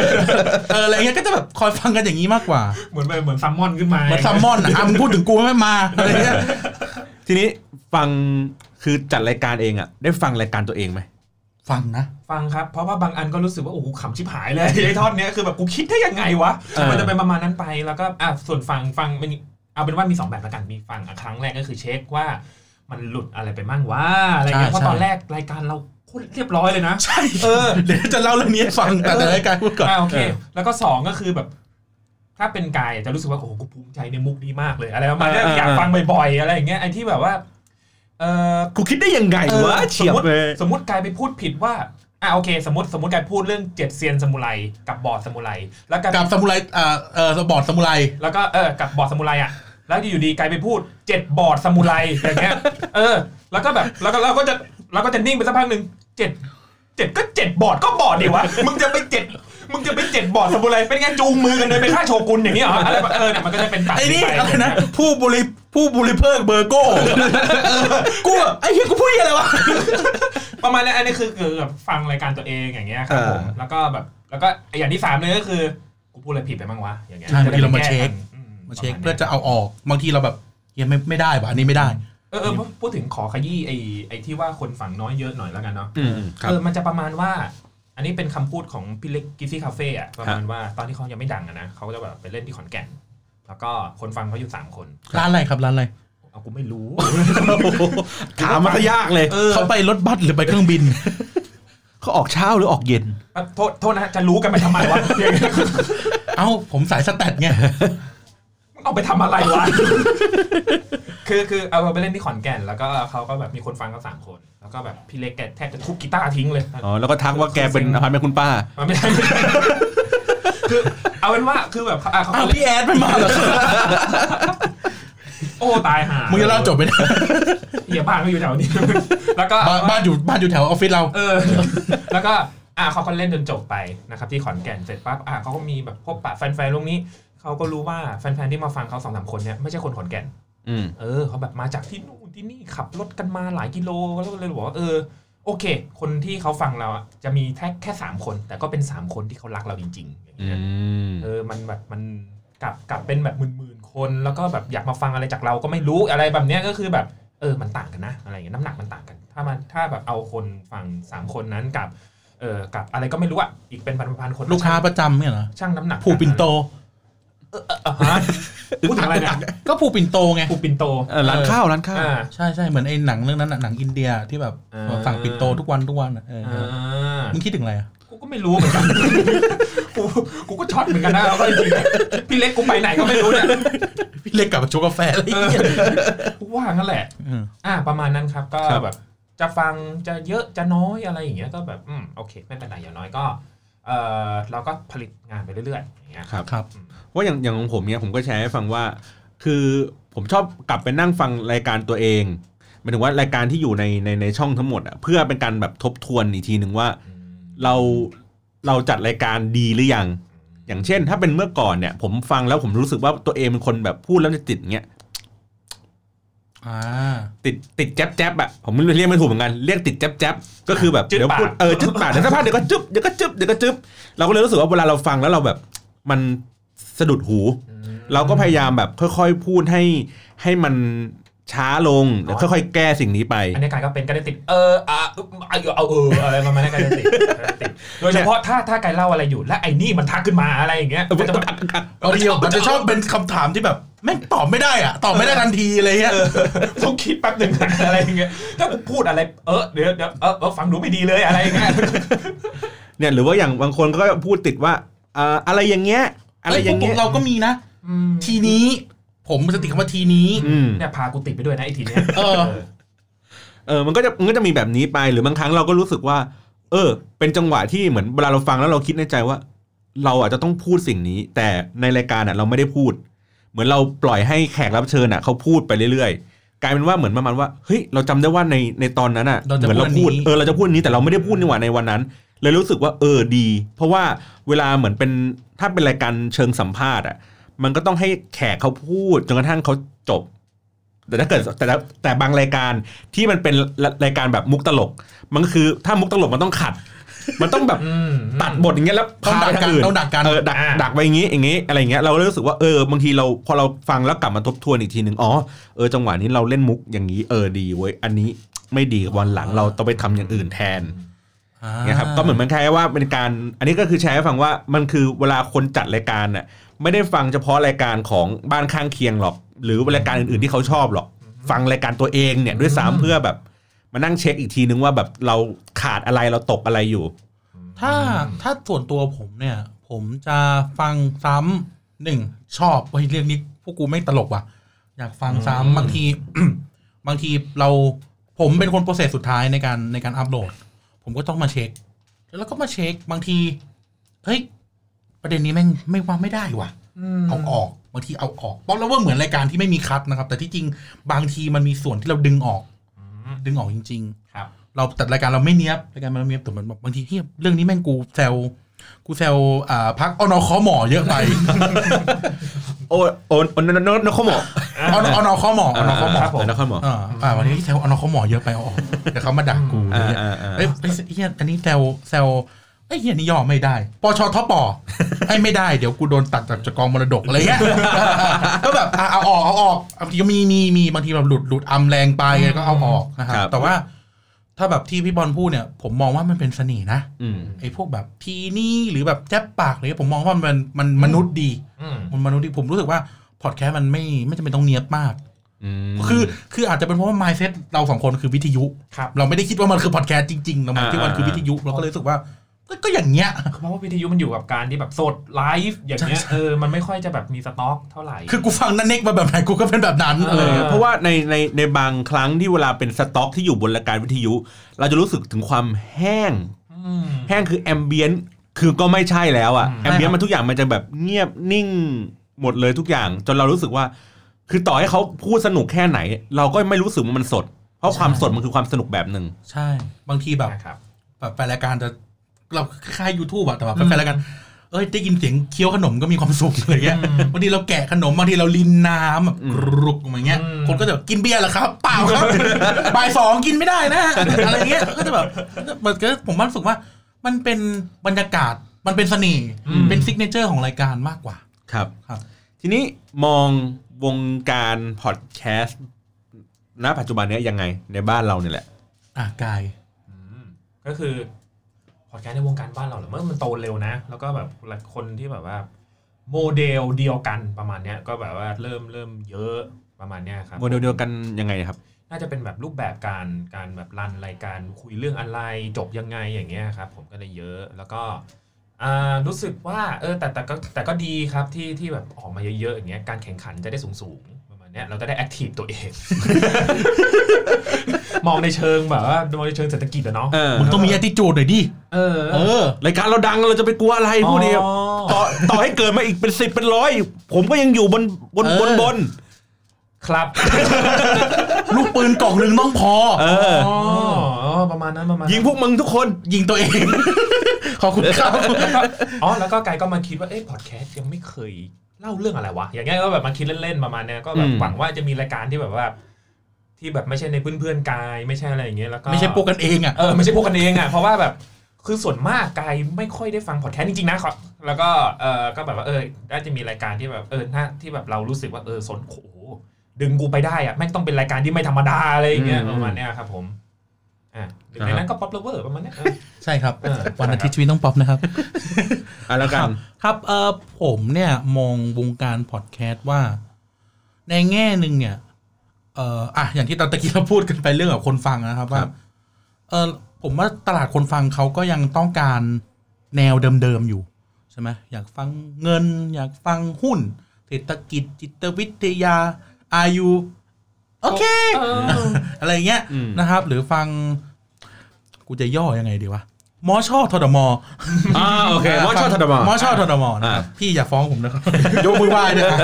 Speaker 2: เอออะไรเงี้ยก็จะแบบคอยฟังกันอย่างนี้มากกว่า
Speaker 3: เหมือนแบบเหมือนซัมมอนขึ้นมา
Speaker 2: เหมือนซัมมอนอ่ะอ่ะมึงพูดถึงกูไม่มาอะไรเงี้ย
Speaker 1: ทีนี้ฟังคือจัดรายการเองอ่ะ ได้ฟังรายการตัวเองไหม
Speaker 2: ฟังนะ
Speaker 3: ฟังครับ เพราะว่าบางอันก็รู้สึกว่าโอ้โหขำชิบหาย เลยไอ้ท่อนเนี้ยคือแบบกูคิดได้ยังไงวะ
Speaker 1: เออ
Speaker 3: มันจะเป็นประมาณนั้นไปแล้วก็อ่ะส่วนฟังฟังมันเอาเป็นว่ามีสองแบบละกันมีฟังอ่ะครั้งแรกก็คือเช็คว่า มันหลุดอะไรไปมั่งวะอะไรเงี้ยเพราะตอนแรกรายการเราโคตรเรียบร้อยเลยนะ
Speaker 2: ใช่
Speaker 3: เออ
Speaker 2: เดี๋ยวจะเล่าเรื่องนี้ให้ฟังแต่แต่รายการพูดก่อน
Speaker 3: อ่าโอเค
Speaker 1: เออ
Speaker 3: แล้วก็สองก็คือแบบ ถ้าเป็นกายจะรู้สึกว่าโอ้โหกูภูมิใจในมุกนี้มากเลย อะไรประมาณเนี้ย
Speaker 1: เออเออ
Speaker 3: อยากฟังบ่อยๆอะไรอย่างเงี้ยไอ้ที่แบบว่า เออ
Speaker 1: กูคิดได้ยังไง
Speaker 3: เออ
Speaker 1: วะเฉียบ
Speaker 3: สมมติ
Speaker 1: เลย
Speaker 3: สมมติกายไปพูดผิดว่าอ่าโอเค สมมติสมมติกายพูดเรื่องเจ็ดเซียนสมุไรกับบอร์ดสมุไรแล้วกาย
Speaker 2: กับซามูไรเอ่อเอ่อบอร์ดซามูไร
Speaker 3: แล้วก็เออกับบอร์ดสมุไรอ่ะ แล้วอยู่ดีกายไปพูดเจ็ดบอร์ดสมุไรอย่างเงี้ย เออ แล้วก็แบบแล้วก็เราก็จะเราก็จะนิ่งไปสักพักหนึ่งเจ็ดเจ็ดก็เจ็ดบอร์ดก็บอร์ดดิวะมึงจะไปเจ็ดมึงจะไปเจ็ดบอร์ดสมุไรเป็นไงจูงมือกันเดินไปฆ่าโชกุนอย่างนี้เหรออะไรแบบเออเนี่ยมันก็จะเป็นตัด
Speaker 2: ไอ้นี่
Speaker 3: ป
Speaker 2: อะไรนะ ผู้บริผู้บริเพิกเบอร์โก้เออกูแบบไอ้เหี้ยกูพูดอะไรวะ
Speaker 3: ประมาณนี้อันนี้คือคือแบบฟังรายการตัวเองอย่างเงี้ยครับผม
Speaker 1: เออ
Speaker 3: แล้วก็แบบแล้วก็อย่างที่สามเลยก็คือกูพูดอะไรผิดไปบ้างวะอย่างเงี้ย
Speaker 2: ใช่บางทีเรามาเช็ค
Speaker 3: อื
Speaker 2: มาเช็ค
Speaker 3: ป
Speaker 2: เพื่อ
Speaker 3: ระณนี้ย
Speaker 2: จะเอาออกบางทีเราแบบเหี้ยังไม่ไม่ได้ว่ะอันนี้ไม่ได้
Speaker 3: เออเออพูดพูดถึงขอขยี้ไอ้ไอ้ที่ว่าคนฝั่งน้อยเยอะหน่อยแล้วกันเนาะ
Speaker 1: อืมครับ
Speaker 3: เออ มันจะประมาณว่า อันนี้เป็นคำพูดของพี่เล็กกิซี่คาเฟ่อะประมาณว่าตอนที่เขายังไม่ดังอะนะเขาก็จะแบบไปเล่นที่ขอนแก่น แล้วก็คนฟังเขาอยู่สามคน
Speaker 2: ร้านอะไรครับร้านอะไร
Speaker 3: เอากูไม่รู้
Speaker 1: ถามมันก็ยากเลย
Speaker 3: เออ
Speaker 2: เขาไปรถบัสหรือไปเครื่องบิน
Speaker 1: เขาออกเช้าหรือออกเย็น
Speaker 3: โทษโทษนะจะรู้กันไปทำไมวะ อย่างเงี้ย
Speaker 2: เอ้าผมสายสแตท ไง
Speaker 3: เอาไปทำอะไรวะ คือคือเอาไปเล่นที่ขอนแก่น แล้วก็เขาก็แบบมีคนฟังเขาสามคน แล้วก็แบบพี่เล็กแกแทบจะทุบกีตาร์ทิ้งเลย
Speaker 1: อ๋อ แล้วก็ทักว่าแกเป็นอภัยเป็นคุณป้า
Speaker 3: มันไม่ได้ ไม่ได้คือเอาเป็นว่าคือแบบอ่ะเขา
Speaker 2: อ้าว
Speaker 3: เล่น
Speaker 2: พี่แอดไม่มาเหรอ
Speaker 3: โอ้ตายห่า
Speaker 2: มึ
Speaker 3: มึ
Speaker 2: งจะเล่าจบไป นะ
Speaker 3: เหี้ยบ้านก็อยู่แถวนี้ แล้วก็
Speaker 2: บ้านบ้านอยู่บ้านอยู่แถวออฟฟิศเรา
Speaker 3: เอ อ แล้วก็ อ่ะเขาก็เล่นจนจบไปนะครับ ที่ขอนแก่นเสร็จปั๊บ อ่ะเขาก็มีแบบพบปะแฟนๆ ตรงนี้ เขาก็รู้ว่าแฟนๆ ที่มาฟังเขาสองสามคนเนี่ยไม่ใช่คนขอนแก่น
Speaker 1: อืม
Speaker 3: เออเขาแบบมาจากที่นู่นที่นี่ขับรถกันมาหลายกิโลแล้วก็เลยบอกว่าเออ โอเค คนที่เขาฟังเราอะจะมีแค่แค่สามคน แต่ก็เป็นสามคนที่เขารักเราจริงๆอย่าง
Speaker 1: อื
Speaker 3: เงี้ย
Speaker 1: ม
Speaker 3: เออ มันแบบมันกลับกลับเป็นแบบหมื่นๆ คน แล้วก็แบบอยากมาฟังอะไรจากเราก็ไม่รู้อะไรแบบเนี้ยก็คือแบบเออ มันต่างกันนะอะไรอย่างเงี้ยน้ำหนักมันต่างกัน ถ้ามันถ้าแบบเอาคนฟังสามคนนั้นกับเออกับอะไรก็ไม่รู้อ่ะอีกเป็นพันๆคน
Speaker 2: ลูกค้าประจำเนี่ยเหรอ
Speaker 3: ช่างน้ำหนัก
Speaker 2: ผูปิ่นโต
Speaker 3: อ่ะฮะพูดถึงอะไรนะ
Speaker 2: ก็ผูปิ่นโตไง
Speaker 3: ผูปินโต
Speaker 1: เออร้านข้าวร้านข้าว
Speaker 3: อ่า
Speaker 2: ใช่ใช่เหมือนไอ้หนังเรื่องนั้นน่ะหนังอินเดียที่แบบ
Speaker 3: เออ
Speaker 2: สั่งปิ่นโตทุกวันทุกวันน่ะเออ
Speaker 3: อ่า
Speaker 2: มึงคิดถึงอะไรอะ
Speaker 3: กูก็ไม่รู้เหมือน กันกูกูก็ช็อตเหมือนกันนะ แล้วก็จริงๆนะพี่เล็กกูไปไหนก็ไม่รู้เนี่ย
Speaker 2: พี่เล็กกลับมาชงกาแฟอะไรอย่าง
Speaker 3: เออ
Speaker 2: เงี้ย
Speaker 3: กูว่างั้นแหละ อ่าประมาณนั้นครับก็
Speaker 1: ครับ
Speaker 3: แบบจะฟังจะเยอะจะน้อยอะไรอย่างเงี้ยก็แบบอืมโอเค ไม่เป็นไรอย่างน้อยก็เออเราก็ผลิตงานไปเรื่อยๆอย่างเงี้ย
Speaker 1: ครับ
Speaker 2: ครับ
Speaker 1: ว่าอย่างอย่างของผมเนี่ยผมก็แชร์ให้ฟังว่า คือผมชอบกลับไปนั่งฟังรายการตัวเองหมายถึงว่ารายการที่อยู่ในในในช่องทั้งหมดอะเพื่อเป็นการแบบทบทวนอีกทีหนึ่งว่า
Speaker 3: อืม
Speaker 1: เราเราจัดรายการดีหรือยัง อย่างเช่น ถ้าเป็นเมื่อก่อนเนี่ย ผมฟังแล้วผมรู้สึกว่าตัวเองเป็นคนแบบพูดแล้วจะติดเงี้ย
Speaker 2: อ่า
Speaker 1: ติดติดแจ๊บแจ๊บอะผมไม่รู้เรียกไม่ถูกเหมือนกันเรียกติดแจ๊บแจ๊บก็คือแบบเดี๋ยวพูดเออจึ๊บปากเดี๋ยวสักพักเดี๋ยวก็จึ๊บเดี๋ยวก็จึ๊บเดี๋ยวก็จึ๊บเราก็เลยรู้สึกว่าเวลาเราฟังแล้วเราแบบมันสะดุดหู
Speaker 3: อืม
Speaker 1: เราก็พยายามแบบค่อยๆ พูดให้ให้มัน ช้าลง
Speaker 3: อ๋อ
Speaker 1: ค่อยๆ แก้สิ่งนี้ไป
Speaker 3: อันนี้การก็เป็นการได้ติด เอออ่ะอึ๊บอ่ะเออเอาเอออะไรประมาณนั้นการได้ติดการได้ติดโดยเฉพาะถ้าถ้าการเล่าอะไรอยู่ และไอ้นี่มันทักขึ้นมาอะไรอย่างเงี้ยมันจะแบบ
Speaker 2: บางทีมันจะชอบเป็นคำถามที่แบบแม่งตอบไม่ได้อะตอบไม่ได้ทันทีอะไรเงี้ย
Speaker 3: ต้องคิดแป๊บหนึ่งอะไรอย่างเงี้ยถ้ากูพูดอะไรเออเดี๋ยวเดี๋ยวเออเออฟังดูไม่ดีเลยอะไรอย่างเงี้ย
Speaker 1: เนี่ยหรือว่าอย่างบางคนก็พูดติดว่าอ่าอะไรอย่างเงี้ยอะไรอย่างเงี้ย
Speaker 2: พวกเราก็มีนะ ทีนี้ ผมจะติดคำว่าทีนี้
Speaker 1: อืม
Speaker 3: เนี่ยพากูติดไปด้วยนะไอ้ทีเนี้ย
Speaker 2: เออ
Speaker 1: เออมันก็จะมันก็จะมีแบบนี้ไปหรือบางครั้งเราก็รู้สึกว่า เออ เป็นจังหวะที่เหมือนเวลาเราฟังแล้วเราคิดในใจว่า เราอาจจะต้องพูดสิ่งนี้ แต่ในรายการอ่ะเราไม่ได้พูด เหมือนเราปล่อยให้แขกรับเชิญอ่ะเขาพูดไปเรื่อยๆ กลายเป็นว่าเหมือนประมาณว่าเฮ้ยเราจำได้ว่าในในตอนนั้นอ่ะ
Speaker 2: เรา
Speaker 1: เห
Speaker 2: จะพูด
Speaker 1: มืนเราพูด
Speaker 2: อันนี้
Speaker 1: เออเราจะพูดอันนี้แต่เราไม่ได้พูดในวันในวันนั้น เลยรู้สึกว่าเออดี เพราะว่าเวลาเหมือนเป็นถ้าเป็นรายการเชิงสัมภาษณ์อ่ะมันก็ต้องให้แขกเขาพูดจนกระทั่งเขาจบ แต่ถ้าเกิดแต่ละแต่บางรายการที่มันเป็นรายการแบบมุกตลก มันก็คือถ้ามุกตลกมันต้องขัด มันต้องแบบ
Speaker 3: อืม
Speaker 1: ตัดบทอย่างเงี้ยแล้ว
Speaker 2: ต้อ
Speaker 1: พางไป
Speaker 2: ดั
Speaker 1: ทา
Speaker 2: กกั
Speaker 1: ง
Speaker 2: น
Speaker 1: อื่น
Speaker 2: ต้องดักกัน
Speaker 1: เออดัก
Speaker 3: อ่า
Speaker 1: ดักไว้อย่างงี้อย่างงี้อะไรอย่างเงี้ยเราเลยรู้สึกว่าเออบางทีเราพอเราฟังแล้วกลับมาทบทวนอีกทีหนึ่งอ๋อเออจังหวะนี้เราเล่นมุกอย่างนี้เออดีเว้ยอันนี้ไม่ดีวันหลังเราต้องไปทำอย่างอื่นแทนเนี่ยครับก็เหมือนมันแค่ว่าเป็นการ อันนี้ก็คือแชร์ให้ฟังว่ามันคือเวลาคนจัดรายการน่ะไม่ได้ฟังเฉพาะรายการของบ้านข้างเคียงหรอก หรือรายการอื่นๆที่เขาชอบหรอก ฟังรายการตัวเองเนี่ยด้วยซ้ำเพื่อแบบมานั่งเช็คอีกทีนึงว่าแบบเราขาดอะไรเราตกอะไรอยู่
Speaker 2: ถ้าถ้าส่วนตัวผมเนี่ย ผมจะฟังซ้ำหนึ่งชอบเฮ้ยเรื่องนี้พวกกูไม่งตลกว่ะ อยากฟังซ้ำบางที บางทีเราผมเป็นคนโปรเซสสุดท้ายในการในการอัปโหลด ผมก็ต้องมาเช็ค แล้วก็มาเช็คบางทีเฮ้ยประเด็นนี้แม่งไม่ว่าไม่ได้ว่ะ เอาออกบางทีเอาออกเพราะเราว่าเหมือนรายการที่ไม่มีคัดนะครับ แต่ที่จริงบางทีมันมีส่วนที่เราดึงออก ดึงออกจริง ๆ
Speaker 3: ครับ
Speaker 2: เราแต่รายการเราไม่เนี้ยบรายการมันไม่เนี้ยบแต่มันแบบบางทีที่เรื่องนี้แม่งกูแซวกูแซวอ่าพักอนอคอหมอเยอะไป
Speaker 1: โอ้โอ้โอ้นนนนนเขาหมอ
Speaker 2: อนอนอคอหมออนอคอหมอ
Speaker 3: ครับผม
Speaker 1: นนเขาหมอ
Speaker 2: อ่าอ่าวันนี้ที่แซวอนอคอหมอเยอะไปเอาออกแต่เขามาด่ากู
Speaker 1: อ่า
Speaker 2: เนี่ย
Speaker 1: อ่าอ่า
Speaker 2: เอ้ยไอ้เฮียอันนี้แซวแซวไอ้เฮียนี่ย่อไม่ได้ปชทป ไอ้ไม่ได้เดี๋ยวกูโดนตัดจากจากกองมรดกอะไรเงี้ย ก็แบบอ่ะเอาออกเอาออกบางทีก็มีมีมีบางทีแบบหลุดหลุดอำแรงไปก็เอาออกนะครับแต่ว่าถ้าแบบที่พี่บอลพูดเนี่ยผมมองว่ามันเป็นเสน่ห์นะ
Speaker 1: อืม
Speaker 2: ไอ้พวกแบบทีนี่หรือแบบแจ๊บปากอะไรเงี้ยผมมองว่ามันมันมนุษย์ดี
Speaker 3: อืม
Speaker 2: มันมนุษย์ดีผมรู้สึกว่าพอดแคสต์มันไม่ไม่จำเป็นต้องเนียบมาก
Speaker 1: อืม
Speaker 2: คือคืออาจจะเป็นเพราะว่า mindset เราสองคนคือวิทยุ
Speaker 3: ครับ
Speaker 2: เราไม่ได้คิดว่ามันคือพอดแคสต์จริงๆเราไม่คิดว่ามันคือ
Speaker 1: อ่า
Speaker 2: วิทยุเราก็เลยรู้สึกว่าก็ก็อย่างเงี้ย
Speaker 3: เพราะว่าวิทยุมันอยู่กับการที่แบบสดไลฟ์อย่างเงี้ย
Speaker 2: ใช่ใช่
Speaker 3: เออมันไม่ค่อยจะแบบมีสต็อกเท่าไหร่
Speaker 2: คือกูฟังนันเน็กมาแบบไหนกูก็เป็นแบบนั้น
Speaker 3: เออ
Speaker 2: อะไร
Speaker 1: เออ
Speaker 2: เงี้ย
Speaker 1: เพราะว่าในในในบางครั้งที่เวลาเป็นสต็อกที่อยู่บนรายการวิทยุ เราจะรู้สึกถึงความแห้ง
Speaker 3: ม
Speaker 1: แห้งคือแอมเบียนคือก็ไม่ใช่แล้วอ่ะ
Speaker 3: อืม
Speaker 1: แอมเบียนมันทุกอย่างมันจะแบบเงียบนิ่งหมดเลยทุกอย่าง จนเรารู้สึกว่า คือต่อให้เขาพูดสนุกแค่ไหน เราก็ไม่รู้สึกว่ามันสด เพราะความสดมันคือความสนุกแบบหนึ่ง
Speaker 2: ใช่ บางทีแบบ
Speaker 3: นะครับ
Speaker 2: แบบแฟนรายการจะเราค่ายยูทูบอะแต่แบบแฟนรายการเอ้ยได้ยินเสียงเคี้ยวขนมก็มีความสุขอะไรเงี้ย
Speaker 3: อืม
Speaker 2: บางทีเราแกะขนมบางทีเราลินน้ำแบบ
Speaker 1: อืม
Speaker 2: กรุกออกมาอย่างเงี้ย
Speaker 3: อืม
Speaker 2: คนก็จะแบบกินเบียร์เหรอครับเปล่าครับ บ่ายสองกินไม่ได้นะอะไรเงี้ยก็จะแบบมันก็ผมว่ารู้สึกว่า มันเป็นบรรยากาศมันเป็นเสน่ห์เป็นซิกเนเจอร์ของรายการมากกว่า
Speaker 1: ครับ
Speaker 2: ครับ
Speaker 1: ทีนี้มองวงการพอดแคสต์ณปัจจุบันเนี้ยยังไงในบ้านเราเนี่ยแหละ
Speaker 2: อ่ะกาย
Speaker 3: อืมก็คือพอดแคสต์ในวงการบ้านเราเหรอเมื่อมันโตเร็วนะ แล้วก็แบบคนที่แบบว่า โมเดลเดียวกันประมาณเนี้ยก็แบบว่าเริ่มเริ่มเยอะประมาณเนี้ยครับ
Speaker 1: โมเดลเดียวกันยังไงครับ
Speaker 3: น่าจะเป็นแบบรูปแบบการการแบบรันรายการคุยเรื่องอะไรจบยังไงอย่างเงี้ยครับผมก็เลยเยอะแล้วก็อ่ารู้สึกว่าเออแต่แต่ก็แต่ก็ดีครับที่ที่แบบออกมาเยอะๆอย่างเงี้ยการแข่งขันจะได้สูงๆประมาณเนี้ยเราจะได้แอคทีฟตัวเอง มองในเชิงแบบว่ามองในเชิงเศรษฐกิจอะเนาะ
Speaker 1: เออ
Speaker 2: มึงต้องมี attitude หน่อยดิ
Speaker 3: เออ
Speaker 2: เออ
Speaker 1: รายการเราดังเราจะไปกลัวอะไรพูดเดียว
Speaker 3: อ๋อ
Speaker 1: ต่อต่อให้เกิดมาอีกเป็นสิบเป็นร้อยผมก็ยังอยู่บนบน
Speaker 2: เออ
Speaker 1: บนบน
Speaker 3: ครับ
Speaker 2: ลูกปืนกล่องหนึ่งต้องพอ
Speaker 1: เออ
Speaker 3: อ๋อประมาณนั้นประมาณนั้น
Speaker 1: ยิงพวกมึงทุกคน
Speaker 2: ยิงตัวเอง ขอบคุณครับ
Speaker 3: อ๋อแล้วก็ไกายก็มาคิดว่าเอ๊ะพอดแคสต์ยังไม่เคยเล่าเรื่องอะไรวะ อย่างเงี้ยก็แบบมาคิดเล่นๆประมาณเนี้ยก็แบบหวังว่าจะมีรายการที่แบบว่า ที่แบบไม่ใช่ในเพื่อนๆกายไม่ใช่อะไรอย่างเงี้ยแล้วก็
Speaker 2: ไม่ใช่พวกกันเองอ่ะ
Speaker 3: เออไม่ใช่พวกกันเองอ่ะเพราะว่าแบบคือส่วนมากกายไม่ค่อยได้ฟังพอดแคสต์จริงๆนะขอแล้วก็เออก็แบบว่าเออน่าจะมีรายการที่แบบเออน่าที่แบบเรารู้สึกว่าเออสนโอ้โห ดึงกูไปได้อะแม่งต้องเป็นรายการที่ไม่ธรรมดาอะไรอย่างเงี้ย
Speaker 1: อืม
Speaker 3: ประมาณเนี้ยครับผมอ่ะหนึ่งในนั้นก็ป๊อปเลเวอร์ประมาณเนี้ยเออ
Speaker 2: ใช่ครับ
Speaker 3: เออ
Speaker 2: วันอาทิตย์ชีวิตต้องป๊อปนะครับ
Speaker 1: อ่ะแล้วกัน
Speaker 2: ครับเออผมเนี่ยมองวงการพอดแคสต์ว่า ในแง่หนึ่งเนี่ยเอออ่ะอย่างที่ตอนตะกี้เราพูดกันไปเรื่องกับคนฟังนะครับว่าเออผมว่าตลาดคนฟังเขาก็ยังต้องการแนวเดิมๆอยู่ใช่ไหมอยากฟังเงิน อยากฟังหุ้น เศรษฐกิจจิตวิทยาอายุโอเค
Speaker 3: เออ
Speaker 2: อะไรเงี้ยนะครับ หรือฟัง กูจะย่อยังไงดีวะมอชอทอดมอ
Speaker 1: อ่าโอเคมอชชอทดม
Speaker 2: มอชอทอดมอนะค
Speaker 1: อ่า
Speaker 2: รับพี่อย่าฟ้องผมนะครับ ยกมือไหว้ด้วยนะ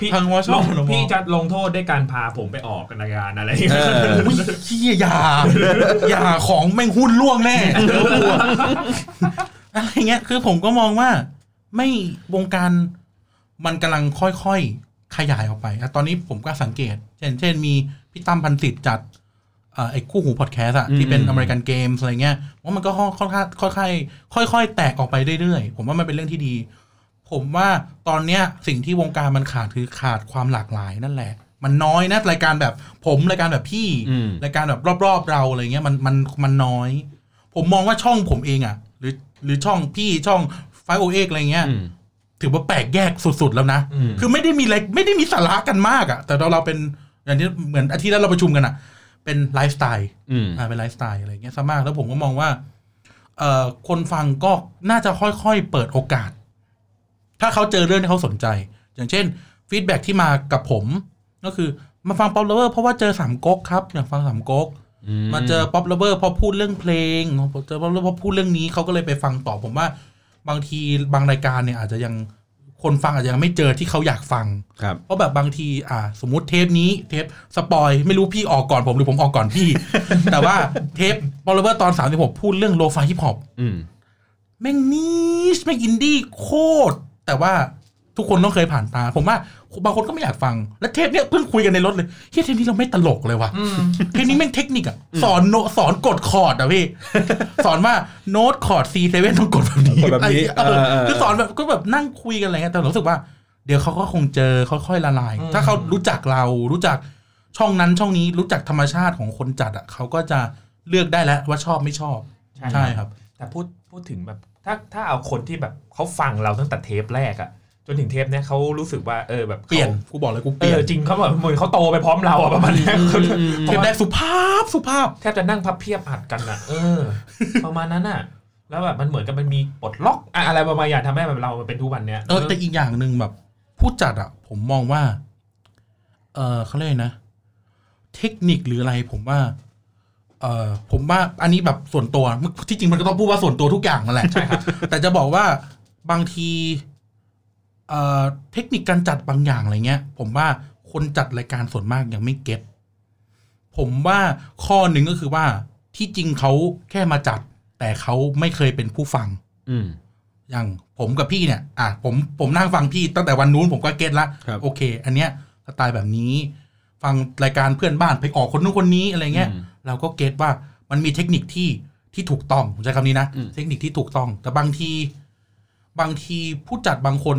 Speaker 3: พี่
Speaker 2: ทางวช
Speaker 3: ลง
Speaker 2: ทนม
Speaker 3: พี่จะลงโทษด้วยการพาผมไปออกรายการอะไร
Speaker 1: เออ
Speaker 2: อุ๊ยเฮียอย่า อย่าของแม่งหุ้นล่วงแน่เดี๋ยวกลัวอะไรเงี้ย คือผมก็มองว่า ไม่วงการมันกำลังค่อยๆ ขยายออกไปอะตอนนี้ผมก็สังเกต เช่น เช่นมีพี่ตั้มพันสิทธิ์จัดเอ่อไอ้คู่หูพอดแคสต์อะ
Speaker 1: อืม
Speaker 2: ที่เป็นอเมริกันเกมอะไรเงี้ยว่ามันก็ค่อนข้างค่อนข้างค่อย ๆ แตกออกไปเรื่อยๆ ผมว่ามันเป็นเรื่องที่ดี ผมว่าตอนเนี้ยสิ่งที่วงการมันขาดคือขาดความหลากหลายนั่นแหละ มันน้อยนะรายการแบบผมรายการแบบพี่
Speaker 1: อืม
Speaker 2: รายการแบบรอบๆเราอะไรเงี้ยมันมันมันน้อย ผมมองว่าช่องผมเองอะ่ะ หรือหรือช่องพี่ช่องไฟโอเอกอะไรเงี้ย
Speaker 1: อืม
Speaker 2: ถือว่าแปลกแยกสุด ๆ แล้วนะ
Speaker 1: อืม
Speaker 2: คือไม่ได้มีอะไรไม่ได้มีสาระกันมากอะ่ะ แต่เราเราเป็นอย่างที่เหมือนอาทิตย์แล้วเราประชุมกันอะ่ะ เป็นไลฟ์สไตล์
Speaker 1: อืม
Speaker 2: อ่าเป็นไลฟ์สไตล์อะไรเงี้ยซะมากแล้วผมก็มองว่าเอ่อคนฟังก็น่าจะค่อยๆเปิดโอกาส ถ้าเขาเจอเรื่องที่เขาสนใจ อย่างเช่นฟีดแบ็ที่มากับผม ก็คือมาฟังป๊อปเลเวอร์เพราะว่าเจอสามก๊กครับอยากฟังสามก๊กมาเจอป๊อปเลเวอร์เพราะพูดเรื่องเพลงเจอป๊อปเลเวอร์เพราะพูดเรื่องนี้เขาก็เลยไปฟังต่อผมว่า บางทีบางรายการเนี่ยอาจจะยังคนฟังอาจจะยังไม่เจอที่เขาอยากฟัง
Speaker 1: ครับ
Speaker 2: เพราะแบบบางทีอ่า สมมติเทปนี้เทปสปอยไม่รู้พี่ออกก่อนผมหรือผมออกก่อนพี่ แต่ว่าเทปบอลเลเวอร์ตอน 36 พูดเรื่องโลฟาฮิปฮอป
Speaker 1: อืม
Speaker 2: แม่งนิชแม่งอินดี้โคตร แต่ว่าทุกคนต้องเคยผ่านตา ผมว่าบางคนก็ไม่อยากฟัง และเทปเนี้ยเพิ่งคุยกันในรถเลยเฮ้ยเทปนี้เราไม่ตลกเลยว่ะ
Speaker 3: อืม
Speaker 2: เทคนิคแม่งเทคนิคอะสอนโนสอนกดคอร์ดอะพี่ สอนว่าโน้ตคอร์ด C ีเซเว่นต้องกดแบบนี้
Speaker 1: กดแบบนี้
Speaker 2: ไอ้เออ
Speaker 1: เออเออ
Speaker 2: คือสอนแบบก็แบบนั่งคุยกันอะไรเงี้ยแต่รู้สึกว่า เดี๋ยวเขาก็คงเจอค่อยๆละลาย ถ้าเขารู้จักเรารู้จักช่องนั้นช่องนี้รู้จักธรรมชาติของคนจัดอะเขาก็จะเลือกได้แล้วว่าชอบไม่ชอบใช่ครับ
Speaker 3: แต่พูดพูดถึงแบบถ้าถ้าเอาคนที่แบบเขาฟังเราตั้งแต่เทปแรกอะจนถึงเทปเนี้ยเขารู้สึกว่าเออแบบขา
Speaker 2: เปลี่ยนกูบอกเลยกูเป
Speaker 3: เอ
Speaker 2: ลี่ยน
Speaker 3: อจริงเขาแบบเหมือนเขาโตไปพร้อมเราอะประมาณเนี้ย
Speaker 1: อืมอืม
Speaker 2: เทปแรกสุภาพสุภาพ
Speaker 3: แทบจะนั่งพับเพียบอัดกันอะเออ ประมาณนั้นอะแล้วแบบมันเหมือนกับมันมีปลดล็อกอะอะไรประมาณอย่างทำให้แบบเราเป็นทุกวันเนี้ย
Speaker 2: เออแต่อีกอย่างหนึ่งแบบผู้จัดอะผมมองว่า เออเขาเรียกนะ เทคนิคหรืออะไรผมว่า เออผมว่าอันนี้แบบส่วนตัวมันที่จริงมันก็ต้องพูดว่าส่วนตัวทุกอย่างนั่นแหละ
Speaker 3: ใช่ครับ
Speaker 2: แต่จะบอกว่าบางทีเอ่อเทคนิคการจัดบางอย่างอะไรเงี้ย ผมว่าคนจัดรายการส่วนมากยังไม่เก็ตผมว่าข้อหนึ่งก็คือว่าที่จริงเขาแค่มาจัด แต่เขาไม่เคยเป็นผู้ฟัง
Speaker 1: อืม
Speaker 2: อย่างผมกับพี่เนี่ยอ่ะผมผมนั่งฟังพี่ตั้งแต่วันนู้นผมก็เก็ตละ
Speaker 1: ครับ
Speaker 2: โอเค อันเนี้ยสไตล์แบบนี้ ฟังรายการเพื่อนบ้านไปออกคนนู้นคนนี้อะไรเงี้ย เราก็เก็ตว่ามันมีเทคนิคที่ที่ถูกต้องผมใช้คำนี้นะ
Speaker 1: อืม
Speaker 2: เทคนิคที่ถูกต้อง แต่บางที บางทีผู้จัดบางคน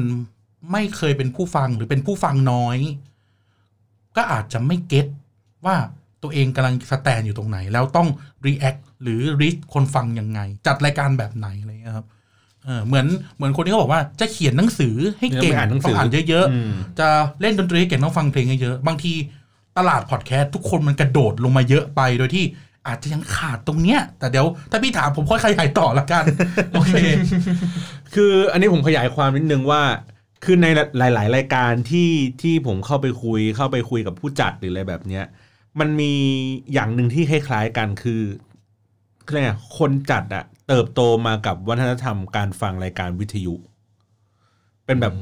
Speaker 2: ไม่เคยเป็นผู้ฟังหรือเป็นผู้ฟังน้อย ก็อาจจะไม่เก็ตว่าตัวเองกำลังสแตนอยู่ตรงไหน แล้วต้องรีแอคหรือรีชคนฟังยังไง จัดรายการแบบไหนอะไรเงี้ยครับเออเหมือนเหมือนคนที่เขาบอกว่าจะเขียนหนังสือให้เก่ง
Speaker 1: เออไปอ่านหนังสือ
Speaker 2: ต้องอ่านเยอะๆ
Speaker 1: ม
Speaker 2: จะเล่นดนตรีให้เก่งต้องฟังเพลงเยอะๆบางทีตลาดพอดแคสต์ทุกคนมันกระโดดลงมาเยอะไปโดยที่อาจจะยังขาดตรงเนี้ย แต่เดี๋ยวถ้าพี่ถามผมค่อยขยายต่อละกัน โอเค
Speaker 1: คืออันนี้ผมขยายความนิดนึงว่า คือในหลาย ๆ รายการที่ที่ผมเข้าไปคุยเข้าไปคุยกับผู้จัดหรืออะไรแบบเนี้ย มันมีอย่างหนึ่งที่คล้าย ๆ กันคือคืออะไรอะคนจัดอะเติบโตมากับวัฒนธรรมการฟังรายการวิทยุ เป็นแบบ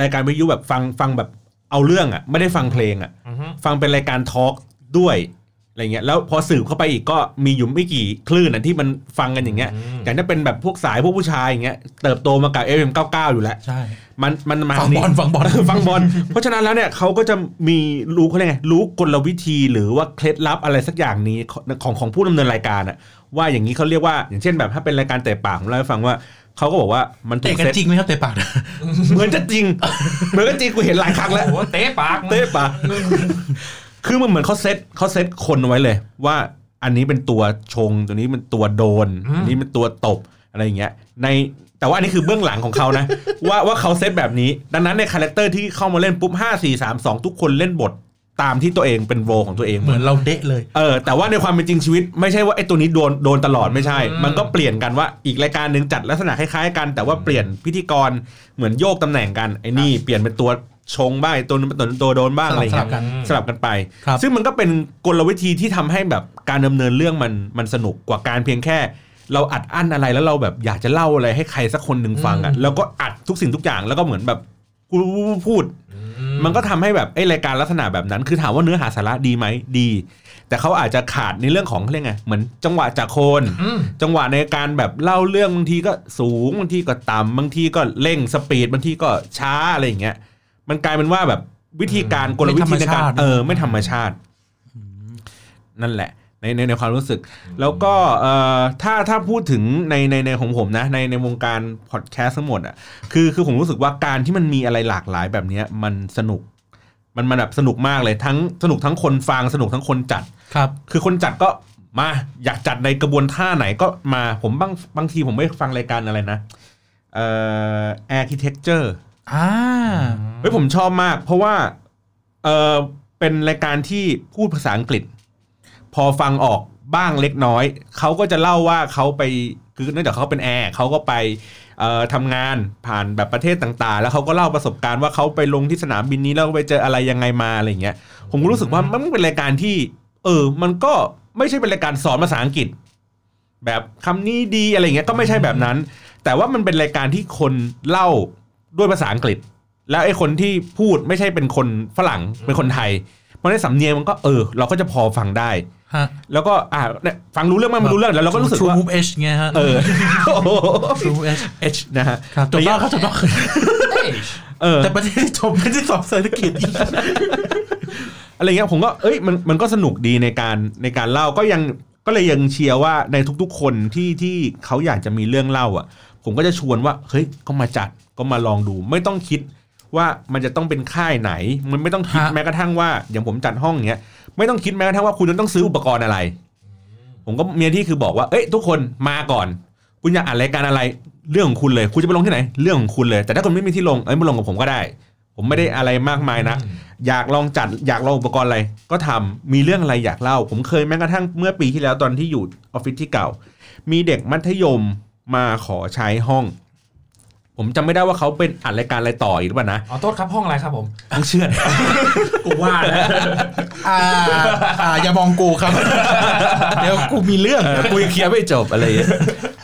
Speaker 1: รายการวิทยุแบบฟังฟังแบบเอาเรื่องอะไม่ได้ฟังเพลงอะ
Speaker 3: อือฮึ
Speaker 1: ฟังเป็นรายการทอล์กด้วยอะไรเงี้ยแล้วพอสืบเข้าไปอีกก็มีอยู่ไม่กี่คลื่นอ่ะที่มันฟังกันอย่างเงี้ย
Speaker 3: อืม
Speaker 1: อย่างถ้าเป็นแบบพวกสายพวกผู้ชายอย่างเงี้ยเติบโตมากับ FM99 อยู่แล้ว
Speaker 2: ใช่
Speaker 1: มันมันมา
Speaker 2: ฟัง
Speaker 1: ทา
Speaker 2: บอลฟังบอล
Speaker 1: เฟัง บอลเพราะฉะนั้นแล้วเนี่ยเขาก็จะมีรู้เขาเรียกไงรู้กลวิธีหรือว่าเคล็ดลับอะไรสักอย่างนี้ของของของผู้ดำเนินรายการอะว่าอย่างนี้เขาเรียกว่าอย่างเช่นแบบถ้าเป็นรายการเตะปากผมเล่าให้ฟังว่า เขาก็บอกว่ามันถู
Speaker 2: เตะ
Speaker 1: ก
Speaker 2: กัน
Speaker 1: เซต
Speaker 2: จริงไหมครับเตะปาก
Speaker 1: เหมือนจะจริง เหมือนก็จริงกูเห็นหลายครั้งแล้ว
Speaker 3: โอ้โหเตะปากมึง
Speaker 1: เต้ปะคือมันเหมือนเขาเซตเขาเซตคนเอาไว้เลย ว่าอันนี้เป็นตัวชงตัวนี้เป็นตัวโดนอันนี้เป็นตัวตบอะไรอย่างเงี้ย ในแต่ว่าอันนี้คือเบื้องหลังของเขานะ ว่าว่าเขาเซตแบบนี้ ดังนั้นในคาแรคเตอร์ที่เข้ามาเล่นปุ๊บห้าสี่สามสองทุกคนเล่นบทตามที่ตัวเองเป็นโรของตัวเอง
Speaker 2: เหมือนเราเดะเลย
Speaker 1: เออแต่ว่าในความเป็นจริงชีวิต ไม่ใช่ว่าไอ้ตัวนี้โดนโดนตลอดไม่ใช่ มันก็เปลี่ยนกันว่าอีกรายการหนึ่งจัดลักษณะคล้ายๆกัน แต่ว่าเปลี่ยนพิธีกรเหมือนโยกตำแหน่งกันไอ้นี่เปลี่ยนเป็นตัวชงบ้างไอ้ตัวนึงเป็นตัวตัวโดนบ้างอะไรอย่าง
Speaker 2: สลั
Speaker 1: เงี้
Speaker 2: บ
Speaker 1: ย
Speaker 2: กัน
Speaker 1: สลับกันไป
Speaker 2: ครับ
Speaker 1: ซึ่งมันก็เป็นกลวิธีที่ทำให้แบบการดำเนินเรื่องมันมันสนุกกว่าการเพียงแค่ เราอัดอั้นอะไรแล้วเราแบบอยากจะเล่าอะไรให้ใครสักคนหนึ่งฟังอ่ะแล้วก็อัดทุกสิ่งทุกอย่างแล้วก็เหมือนแบบกูพูด
Speaker 3: อื
Speaker 1: มันก็ทำให้แบบไอ้รายการลักษณะแบบนั้น คือถามว่าเนื้อหาสาระดีไหมดี แต่เขาอาจจะขาดในเรื่องของเขาเรียกไงเหมือนจังหวะจากโคน
Speaker 3: อืม
Speaker 1: จังหวะในการแบบเล่าเรื่องบางทีก็สูงบางทีก็ต่ำบางทีก็เร่งสปีดบางทีก็ช้าอะไรอย่างเงี้ยมันกลายเป็นว่าแบบวิธีการกลวิธีในการ
Speaker 2: ไม่ธรรมชาติ
Speaker 1: เออไม่ธรรมชาติ นั่นแหละ ในในในความรู้สึก แล้วก็เอ่อถ้าถ้าพูดถึงในในในของผมนะ ในในวงการพอดแคสต์ทั้งหมดอ่ะคือคือผมรู้สึกว่าการที่มันมีอะไรหลากหลายแบบเนี้ยมันสนุก มันมันแบบสนุกมากเลยทั้งสนุกทั้งคนฟังสนุกทั้งคนจัด
Speaker 2: ครับ
Speaker 1: คือคนจัดก็มาอยากจัดในกระบวนท่าไหนก็มาผมบางบางทีผมไม่ฟังรายการอะไรนะเอ่อ architecture
Speaker 2: อ่า
Speaker 1: เฮ้ยผมชอบมาก เพราะว่าเออเป็นรายการที่พูดภาษาอังกฤษ พอฟังออกบ้างเล็กน้อย เขาก็จะเล่าว่าเขาไปคือเนื่องจากเขาเป็นแอร์เขาก็ไปเอ่อทำงานผ่านแบบประเทศต่างๆ แล้วเขาก็เล่าประสบการณ์ว่าเขาไปลงที่สนามบินนี้แล้วไปเจออะไรยังไงมาอะไรอย่างเงี้ยผมก็รู้สึกว่ามันเป็นรายการที่ เออ มันก็ไม่ใช่เป็นรายการสอนภาษาอังกฤษ แบบคำนี้ดีอะไรอย่างเงี้ยก็ไม่ใช่แบบนั้น แต่ว่ามันเป็นรายการที่คนเล่าด้วยภาษาอังกฤษ แล้วไอ้คนที่พูดไม่ใช่เป็นคนฝรั่งเป็นคนไทย เพราะในสำเนียงมันก็เออ เราก็จะพอฟังได้
Speaker 2: ฮะ
Speaker 1: แล้วก็อ่าเนี่ยฟังรู้เรื่องมั้ยไม่รู้เรื่องแล้วเราก็รู้สึกว่า
Speaker 2: มูฟเอชไงฮะ
Speaker 1: เอ อโอ้โห
Speaker 2: ทรูเอช
Speaker 1: เอชนะฮะ
Speaker 2: ครับจบแล้วครับ จบแล้ว
Speaker 1: เออ
Speaker 2: แต่ประเทศที่จบไม่ได้สอบเศรษฐ กิจ
Speaker 1: อะไรเงี้ยผมก็เอ้ยมันมันก็สนุกดีในการในการเล่าก็ยังก็เลยยังเชียร์ว่าในทุกๆคนที่ที่เขาอยากจะมีเรื่องเล่าอ่ะ ผมก็จะชวนว่าเฮ้ยก็มาจัดก็มาลองดู ไม่ต้องคิดว่ามันจะต้องเป็นค่ายไหน มันไม่ต้องคิด
Speaker 2: ฮะ
Speaker 1: แม้กระทั่งว่าอย่างผมจัดห้องเงี้ยไม่ต้องคิดแม้กระทั่งว่าคุณจะต้องซื้ออุปกรณ์อะไร ผมก็เมียที่คือบอกว่าเอ้ยทุกคนมาก่อน คุณอยากอ่านรายการอะไรเรื่องของคุณเลย คุณจะไปลงที่ไหน เรื่องของคุณเลย แต่ถ้าคุณไม่มีที่ลงเอ้ยมาลงกับผมก็ได้ ผมไม่ได้อะไรมากมายนะ อยากลองจัดอยากลองอุปกรณ์อะไรก็ทำมีเรื่องอะไรอยากเล่า ผมเคยแม้กระทั่งเมื่อปีที่แล้วตอนที่อยู่ออฟฟิศที่เก่า มีเด็กมัธยมมาขอใช้ห้อง ผมจำไม่ได้ว่าเขาเป็นอัดรายการอะไรต่ออีกหรือเปล่านะ
Speaker 3: อ๋อโทษครับห้องอะไรครับผม
Speaker 1: ต้องเชื่อ
Speaker 3: กูว่าแล้ว
Speaker 2: อ่าอ่าอย่ามองกู ครับ เดี๋ยวกูมีเรื่อง
Speaker 1: เออคุยเคลียร์ไม่จบอะไรอย่างเงี้ย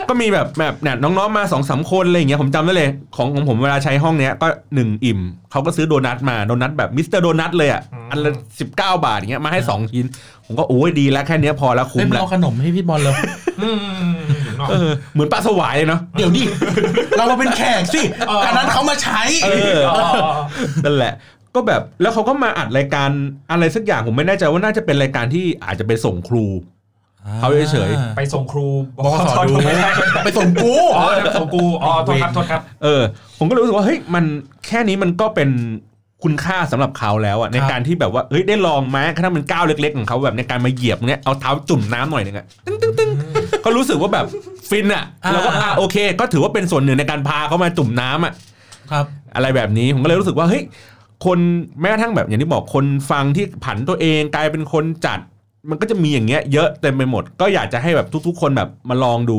Speaker 1: ก็มีแบบแบบเนี่ยน้องๆมาสองสามคนอะไรอย่างเงี้ยผมจำได้เลยของของผมเวลาใช้ห้องเนี้ยก็หนึ่งอิ่มเขาก็ซื้อโดนัทมาโดนัทแบบมิสเตอร์โดนัทเลยอ่ะอันละสิบเก้าบาทอย่างเงี้ยมาให้สองชิ้น ผมก็โอ้ยดีแล้วแค่เนี้ยพอแล้วคุ้
Speaker 2: เล่
Speaker 1: ม
Speaker 2: น
Speaker 1: แล้
Speaker 2: เอา
Speaker 1: ว
Speaker 2: ขนมให้พี่บอลเลย
Speaker 3: อืมอยู่นอก
Speaker 1: เออเหมือนปลาสวายเลยเนาะ
Speaker 2: เดี๋ยวดิเรามาเป็นแขกสิอันนั้นเขามาใช้
Speaker 1: เออ
Speaker 3: อ๋อ
Speaker 1: นั่นแหละ ก็แบบแล้วเขาก็มาอัดรายการอะไรสักอย่างผมไม่แน่ใจว่าน่าจะเป็นรายการที่อาจจะไปส่งครู เขาเฉย
Speaker 3: ไปส่งครู
Speaker 2: บกสดู
Speaker 3: ไม่ใช่
Speaker 2: ไปส่งกู
Speaker 3: อ๋อไปส่งกูอ๋อโทษครับโทษครับ
Speaker 1: เออผมก็เลยรู้สึกว่าเฮ้ยมันแค่นี้มันก็เป็นคุณค่าสำหรับเขาแล้วอะในการที่แบบว่าเฮ้ยได้ลองไหมกระทั่งมันก้าวเล็กๆของเขาแบบในการมาเหยียบเนี้ยเอาเท้าจุ่มน้ำหน่อยหนึงอะตึ้งตึ้ง ตึ้งก็รู้สึกว่าแบบฟินอะ
Speaker 2: อ่า
Speaker 1: แล้วก็อ่ะโอเค ก็ถือว่าเป็นส่วนหนึ่งในการพาเขามาจุ่มน้ำอะ
Speaker 2: ครับ
Speaker 1: อะไรแบบนี้ผมก็เลยรู้สึกว่าเฮ้ยคนแม้กระทั่งแบบอย่างที่บอกคนฟังที่ผันตัวเองกลายเป็นคนจัด มันก็จะมีอย่างเงี้ยเยอะเต็มไปหมด ก็อยากจะให้แบบทุก ๆ คนแบบมาลองดู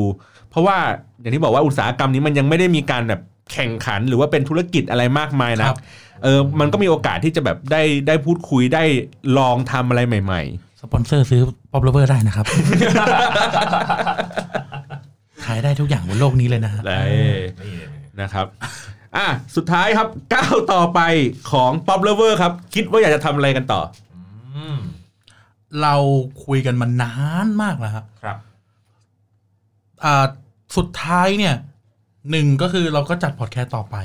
Speaker 1: เพราะว่าอย่างที่บอกว่าอุตสาหกรรมนี้มันยังไม่ได้มีการแบบแข่งขันหรือว่าเป็นธุรกิจอะไรมากมายนะครับ เออมันก็มีโอกาสที่จะแบบได้ได้พูดคุยได้ลองทำอะไรใหม่
Speaker 2: สปอนเซอร์ซื้อป๊อปเลเวอร์ได้นะครับ ขายได้ทุกอย่างบนโลกนี้เลยนะฮะ
Speaker 1: ๆ ได้นะครับอ่ะสุดท้ายครับก้าวต่อไปของ Pop Lover ครับ คิดว่าอยากจะทำอะไรกันต่อ
Speaker 3: อืม
Speaker 2: เราคุยกันมานานมากแล้วฮะ
Speaker 3: ครับ
Speaker 2: อ่าสุดท้ายเนี่ยหนึ่งก็คือเราก็จัดพอดแคสต์ต่อไป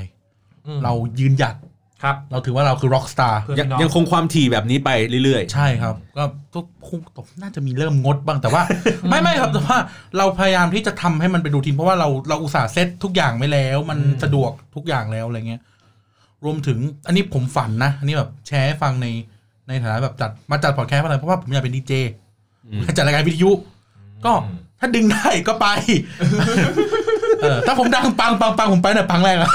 Speaker 3: อืม
Speaker 2: เรายืนหยัด
Speaker 3: ครับ
Speaker 2: เราถือว่าเราคือร็อกสตาร์
Speaker 3: เพื่อน
Speaker 1: ยัง
Speaker 3: พี่น้อง
Speaker 1: ยังคงความถี่แบบนี้ไปเรื่อย
Speaker 2: ใช่ครับ ก็ทุกคงตกน่าจะมีเริ่มงดบ้างแต่ว่า ไม่ไม่ครับแต่ว่าเราพยายามที่จะทำให้มันเป็นรูทีนเพราะว่าเราเราอุตส่าห์เซตทุกอย่างไว้แล้ว มัน
Speaker 3: อืม
Speaker 2: สะดวกทุกอย่างแล้วอะไรเงี้ยรวมถึงอันนี้ผมฝันนะ อันนี้แบบแชร์ให้ฟังในในฐานะแบบจัดมาจัดพอดแคสต์อะไรเพราะว่าผมอยากเป็นดีเจ
Speaker 1: ๆอืม
Speaker 2: จัดรายการวิทยุ ก็ถ้าดึงได้ก็ไป เออถ้าผมดังปังปังปังผมไปเนี่ยปังแรกอะ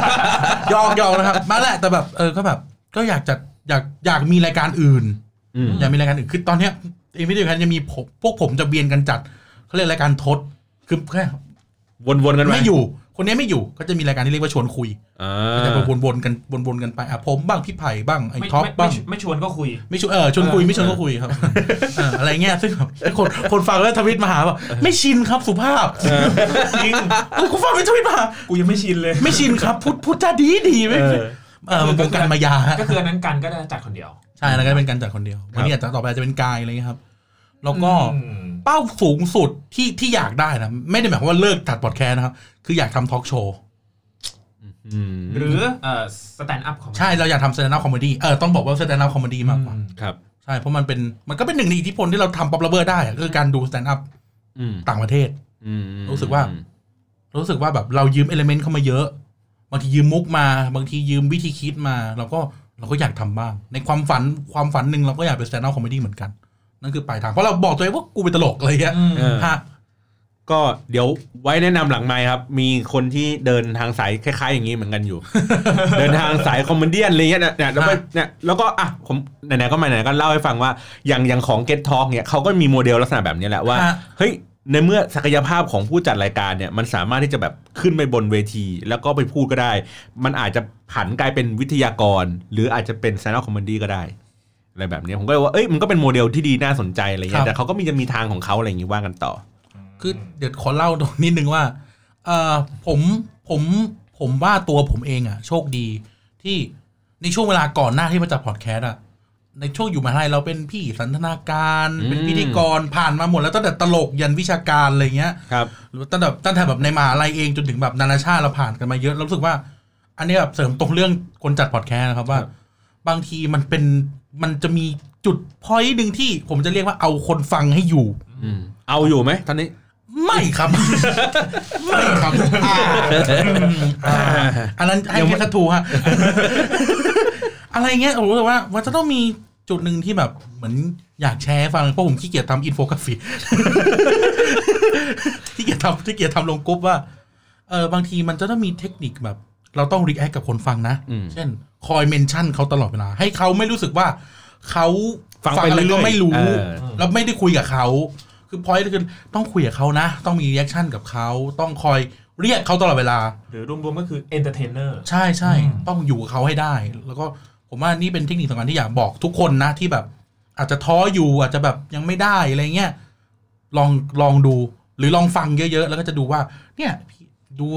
Speaker 2: หยอกหยอกนะครับมาแหละแต่แบบเออก็แบบ ก็อยากจะอยากอยากมีรายการอื่น
Speaker 1: อืม
Speaker 2: อยากมีรายการอื่นคือตอนเนี้ยเอมิเดียกันจะมีผมพวกผมจะเวียนกันจัดเขาเรียกรายการทดคือแค่
Speaker 1: วนๆกันป
Speaker 2: ไม่อยู่ คนนี้ไม่อยู่ก็จะมีรายการที่เรียกว่าชวนคุย
Speaker 1: อ่า
Speaker 2: ก็จะวนๆกันวนๆกันไปอ่ะผมบ้างพี่ไผ่บ้างไอ้
Speaker 3: ไม่
Speaker 2: ท็อป
Speaker 3: ไม่
Speaker 2: บ้าง
Speaker 3: ไม่ไม่ชวนก็คุย
Speaker 2: ไม่ชวนเออชวนคุยไม่ชวนก็คุยครับเอออะไรเงี้ยซึ่งแบบคนคนฟังแล้วทวิตมาหาว่าไม่ชินครับสุภาพ
Speaker 3: จริง
Speaker 2: เออกูฟังเป็นทวิตมาหา
Speaker 3: กูยังไม่ชินเลย
Speaker 2: ไม่ชินครับพูดพูดจาดีดีไม่
Speaker 1: เออ
Speaker 2: เออมันเป็นการมายาฮะ
Speaker 3: ก็คืออันนั้นกันก็ได้จัดคนเดียว
Speaker 2: ใช่แล้วก็เป็นการจัดคนเดียววันนี้อาจจะต่อไปอาจจะเป็นกายอะไรเงี้ยครับแล้วก็
Speaker 3: อืม
Speaker 2: เป้าสูงสุดที่ที่อยากได้นะไม่ได้หมายความว่าเลิกจัดพอดแคสต์นะครับ คืออยากทำทอล์กโชว์
Speaker 1: อืม
Speaker 3: หรือเอ่อสแตนด์อัพของ
Speaker 2: ใช่เราอยากทำสแตนด์อัพคอมเมดี้เออต้องบอกว่าสแตนด์อัพคอมเมดี้มากกว่า
Speaker 3: อืม
Speaker 1: ครับ
Speaker 2: ใช่เพราะมันเป็นมันก็เป็นหนึ่งในอิทธิพลที่เราทำป๊อปลเบอร์ได้อะคือการดูสแตนด์อัพ
Speaker 1: อืม
Speaker 2: ต่างประเทศ
Speaker 1: อืม
Speaker 2: รู้สึกว่า รู้สึกว่าแบบเรายืมเอลเมนต์เข้ามาเยอะ บางทียืมมุกมา บางทียืมวิธีคิดมา เราก็เราก็อยากทำบ้าง ในความฝันความฝันหนึ่งเราก็อยากเป็น stand up comedy เหมือนกัน นั่นคือปลายทาง เพราะเราบอกตัวเองว่ากูเป็นตลกอะไรเงี้ย
Speaker 3: อืม
Speaker 1: เออ
Speaker 2: ฮะ
Speaker 1: ก็เดี๋ยวไว้แนะนำหลังไมค์ครับ มีคนที่เดินทางสายคล้าย ๆ อย่างนี้เหมือนกันอยู่ เดินทางสายคอมเมดี้อะไรเงี้ยเนี่ยเนี่ยแล้วก็เนี่ยแล้วก็อ่ะผมไหนๆก็มาไหนๆก็เล่าให้ฟังว่าอย่างอย่างของ Get Talk เนี่ยเขาก็มีโมเดลลักษณะแบบนี้แหละว่า
Speaker 2: ฮะ
Speaker 1: เฮ้ยในเมื่อศักยภาพของผู้จัดรายการเนี่ยมันสามารถที่จะแบบขึ้นไปบนเวที แล้วก็ไปพูดก็ได้ มันอาจจะผันกลายเป็นวิทยากร หรืออาจจะเป็น s ซนด์คอมเมดี้ก็ได้อะไรแบบเนี้ยผมก็เลยว่าเอ้ยมันก็เป็นโมเดลที่ดีน่าสนใจอะไรเงี้ยแต่เขาก็มีจะมีทางของเขาอะไรอย่างงี้ว่ากันต่อ
Speaker 2: คือเดี๋ยวขอเล่าตรงนิดนึงว่าเออผมผมผมว่าตัวผมเองอะโชคดีที่ในช่วงเวลาก่อนหน้าที่มาจัดพอดแคสต์อะในช่วงอยู่มหาไทยเราเป็นพี่สันทนาการเป็นพิธีกรผ่านมาหมดแล้วตั้งแต่ตลกยันวิชาการอะไรเงี้ย
Speaker 1: ครับ
Speaker 2: หรือตั้งแต่ตั้งแต่แบบในมหาลัยเองจนถึงแบบนานาชาติเราผ่านกันมาเยอะเรารู้สึกว่า อันนี้แบบเสริมตรงเรื่องคนจัดพอดแคสต์นะครับว่า บางทีมันเป็นมันจะมีจุดพอยต์หนึ่งที่ผมจะเรียกว่าเอาคนฟังให้อยู่
Speaker 1: อืมเอาอยู่ไหมตอนนี้
Speaker 2: ไม่ครับ ไม่ครับอ่าอ่าอันนั้นให้
Speaker 1: ยังไม่
Speaker 2: แค่ทัตทูฮะ อะไรเงี้ยผมรู้สึกว่ามันจะต้องมีจุดหนึ่งที่แบบเหมือนอยากแชร์ให้ฟังเพราะผมขี้เกียจทำอินโฟกราฟิก ขี้เกียจทำขี้เกียจทำลงกรุ๊ปว่าเออบางทีมันจะต้องมีเทคนิคแบบ เราต้องรีแอคกับคนฟังนะ
Speaker 1: อืม
Speaker 2: เช่น คอยเมนชั่นเขาตลอดเวลา ให้เขาไม่รู้สึกว่าเขา
Speaker 1: ฟังไป
Speaker 2: อะไร
Speaker 1: เรื่
Speaker 2: ก็
Speaker 1: อยๆ
Speaker 2: ไม่รู้
Speaker 1: เออ
Speaker 2: แล้วไม่ได้คุยกับเขา คือพอยต์คือต้องคุยกับเขานะ ต้องมีรีแอคชั่นกับเขา ต้องคอยเรียกเขาตลอดเวลา
Speaker 3: หรือรวมๆก็คือเอนเตอร์เทนเนอร์
Speaker 2: ใช่ใช่
Speaker 3: อืม
Speaker 2: ต้องอยู่กับเขาให้ได้ แล้วก็ผมว่านี่เป็นเทคนิคสำคัญที่อยากบอกทุกคนนะที่แบบ อาจจะท้ออยู่อาจจะแบบยังไม่ได้อะไรเงี้ยลองลองดู หรือลองฟังเยอะๆ แล้วก็จะดูว่า เนี่ยพี่ดู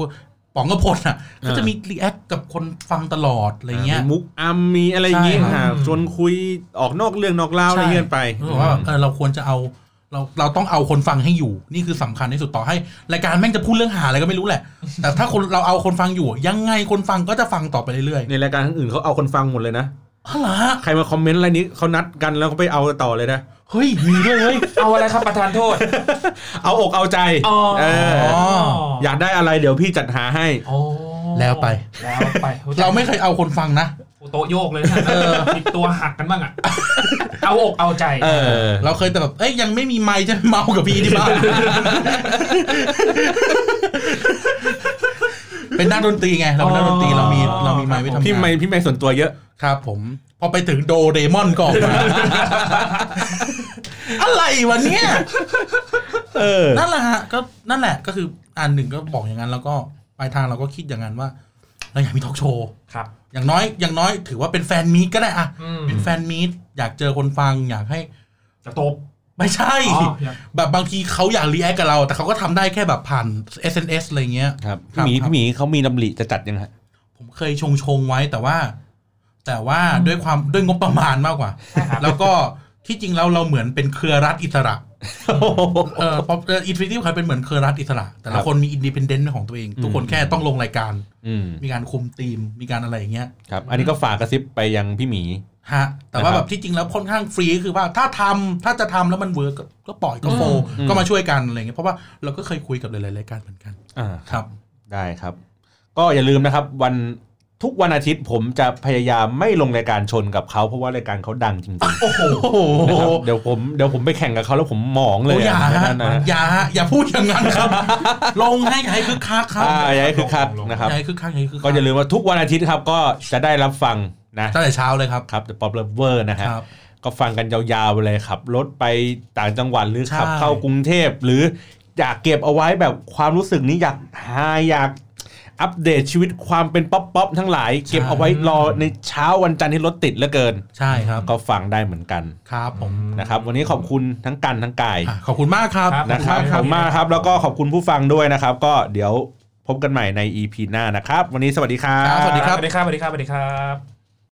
Speaker 2: ป๋องกระพลอ่ะก็จะมีรีแอคกับคนฟังตลอดอะไรเงี้ย
Speaker 1: มีมุก อัมมีอะไรอย่างงี้
Speaker 2: ใช่ครับ
Speaker 1: หาชวนคุยออกนอกเรื่องนอกเล่าว
Speaker 2: ใช่
Speaker 1: อะไรเงี้ยไป
Speaker 2: รู้สึกว่าเออเราควรจะเอาเราเราต้องเอาคนฟังให้อยู่ นี่คือสำคัญที่สุดต่อให้รายการแม่งจะพูดเรื่องหาอะไรก็ไม่รู้แหละ แต่ถ้าคนเราเอาคนฟังอยู่ ยังไงคนฟังก็จะฟังต่อไปเรื่อย
Speaker 1: ในรายการทั้งอื่นเขาเอาคนฟังหมดเลยนะ
Speaker 2: ๆอ๋อเหรอฮะ
Speaker 1: ใครมาคอมเมนต์อะไรนี้เขานัดกันแล้วเขาไปเอาต่อเลยนะ
Speaker 2: เฮ้ยมีด้วยเฮ้ย
Speaker 3: เอาอะไรครับประธานโทษ
Speaker 1: เอาอกเอาใจ
Speaker 3: อ๋อ
Speaker 1: เออ
Speaker 2: อ๋อ
Speaker 1: อยากได้อะไรเดี๋ยวพี่จัดหาให้
Speaker 3: โอ้
Speaker 2: แล้วไป
Speaker 3: แล้วไป
Speaker 2: เราไม่เคยเอาคนฟังนะ
Speaker 3: โต๊ะโยกเลยนะผิดตัวหักกันบ้างอ่ะ เอาอกเอาใจ
Speaker 1: เออ
Speaker 2: เราเคยแต่แบบเอ้ยยังไม่มีไมค์จะเมากับพี่ที่บ้าน เป็นนักดนตรีไง เราเป็นนักดนตรีเรามี
Speaker 3: อ๋อ
Speaker 2: เรามีไมค์ไว้ทำงาน
Speaker 1: พี่ไม่พี่ไม่ส่วนตัวเยอะ
Speaker 2: ครับผมพอไปถึงโดเรมอนก็ออกมา อะไรวะเนี่ย
Speaker 1: เออ
Speaker 2: นั่นแหละฮะก็นั่นแหละก็คืออันหนึ่งก็บอกอย่างนั้นแล้วก็ปลายทางเราก็คิดอย่างนั้นว่า เราอยากมีทอล์กโชว์
Speaker 3: ครับ
Speaker 2: อย่างน้อยอย่างน้อยถือว่าเป็นแฟนมีตก็ได้อะ
Speaker 3: อืม
Speaker 2: เป็นแฟนมีตอยากเจอคนฟังอยากให้
Speaker 3: จะตบ
Speaker 2: ไม่ใช่
Speaker 3: อ๋ออยาก
Speaker 2: แบบบางทีเขาอยากรีแอคกับเรา แต่เขาก็ทำได้แค่แบบผ่าน SNS อะไรเงี้ย
Speaker 1: ครับ
Speaker 2: ครั
Speaker 1: พี่ห
Speaker 2: บ
Speaker 1: มี
Speaker 2: ครับ
Speaker 1: พี่หมีเขามีดำริจะจัดยังฮะ
Speaker 2: ผมเคยชงชงๆไว้แต่ว่า แต่ว่าด้วยความด้วยงบประมาณมากกว่า
Speaker 3: ใช่ครับ
Speaker 2: แล้วก็ที่จริงแล้วเราเหมือนเป็นเครือรัฐอิสระ เอ่อป๊อปอินฟินิตี้คอยเป็นเหมือนเคอรัสอิสระ แต่
Speaker 1: ครั
Speaker 2: ละ
Speaker 1: บ
Speaker 2: คนมีอินดิพ n เดนต์ของตัวเอง ทุกคน
Speaker 1: อืม
Speaker 2: แค่ต้องลงรายการ
Speaker 1: อืม
Speaker 2: มีการคุมทีม มีการอะไรอย่างเงี้ย
Speaker 1: ครับ อันนี้ก็ฝากกระซิบไปยังพี่หมี
Speaker 2: ฮะ แต่ว่า
Speaker 1: นะครับ
Speaker 2: แบบที่จริงแล้วค่อนข้างฟรีก็คือว่าถ้าทำถ้าจะทำแล้วมันเวิร์กก็ปล่อยก็โฟล์
Speaker 1: อืม
Speaker 2: ก็มาช่วยกันอะไรเงี้ยเพราะว่าเราก็เคยคุยกับหลายๆรายการเหมือนกัน
Speaker 1: อ่า
Speaker 2: ครับ
Speaker 1: ได้ครับ ก็อย่าลืมนะครับ วันทุกวันอาทิตย์ผมจะพยายามไม่ลงรายการชนกับเขาเพราะว่ารายการเขาดังจริงๆ
Speaker 2: โอ้โห
Speaker 1: นะครับเดี๋ยวผมเดี๋ยวผมไปแข่งกับเขาแล้วผมหมองเลย
Speaker 2: อย่า
Speaker 1: ะ
Speaker 2: ฮะ
Speaker 1: นั่นนะ
Speaker 2: อย่าฮะอย่าพูดอย่างนั้นครับ ลงให้อย่าให้คึกคักครับ
Speaker 1: อ่าอย่าให้คือคักนะครับ
Speaker 2: อย่าให้คึกคักอย่าให้คึกคั
Speaker 1: ก็อย่าลืมว่าทุกวันอาทิตย์ครับ ก็จะได้รับฟังนะ
Speaker 2: ตั้งแต่เช้าเลยครับ
Speaker 1: ครับ The Pop Lover นะฮะ
Speaker 2: ครับ
Speaker 1: ก็ฟังกันยาวๆไปเลยขับรถไปต่างจังหวัดหรือ
Speaker 2: ใช่
Speaker 1: ขับเข้ากรุงเทพหรืออยากเก็บเอาไว้แบบความรู้สึกนี้อยากหาอยากอัปเดตชีวิตความเป็นป๊อปป๊อปทั้งหลาย เก็บเอาไว้รอในเช้าวันจันทร์ที่รถติดเหลือเกิน
Speaker 2: ใช่ครับ
Speaker 1: ก็ฟังได้เหมือนกัน
Speaker 2: ครับผม
Speaker 1: นะครับ วันนี้ขอบคุณทั้งกันทั้งกาย
Speaker 2: อ่ะขอบคุณมากครับ
Speaker 3: ครับ
Speaker 1: นะครับ
Speaker 3: ข
Speaker 1: ขอ
Speaker 3: อบบ คุ
Speaker 1: คุ
Speaker 3: ณมาม
Speaker 1: ณาก กครับ แล้วก็ขอบคุณผู้ฟังด้วยนะครับ ก็เดี๋ยวพบกันใหม่ใน EP หน้านะครับ วันนี้สวัสดีครับ
Speaker 2: ครับสวัสดี
Speaker 3: สวัสดีครับสวัสดีครับสวัสดีครับ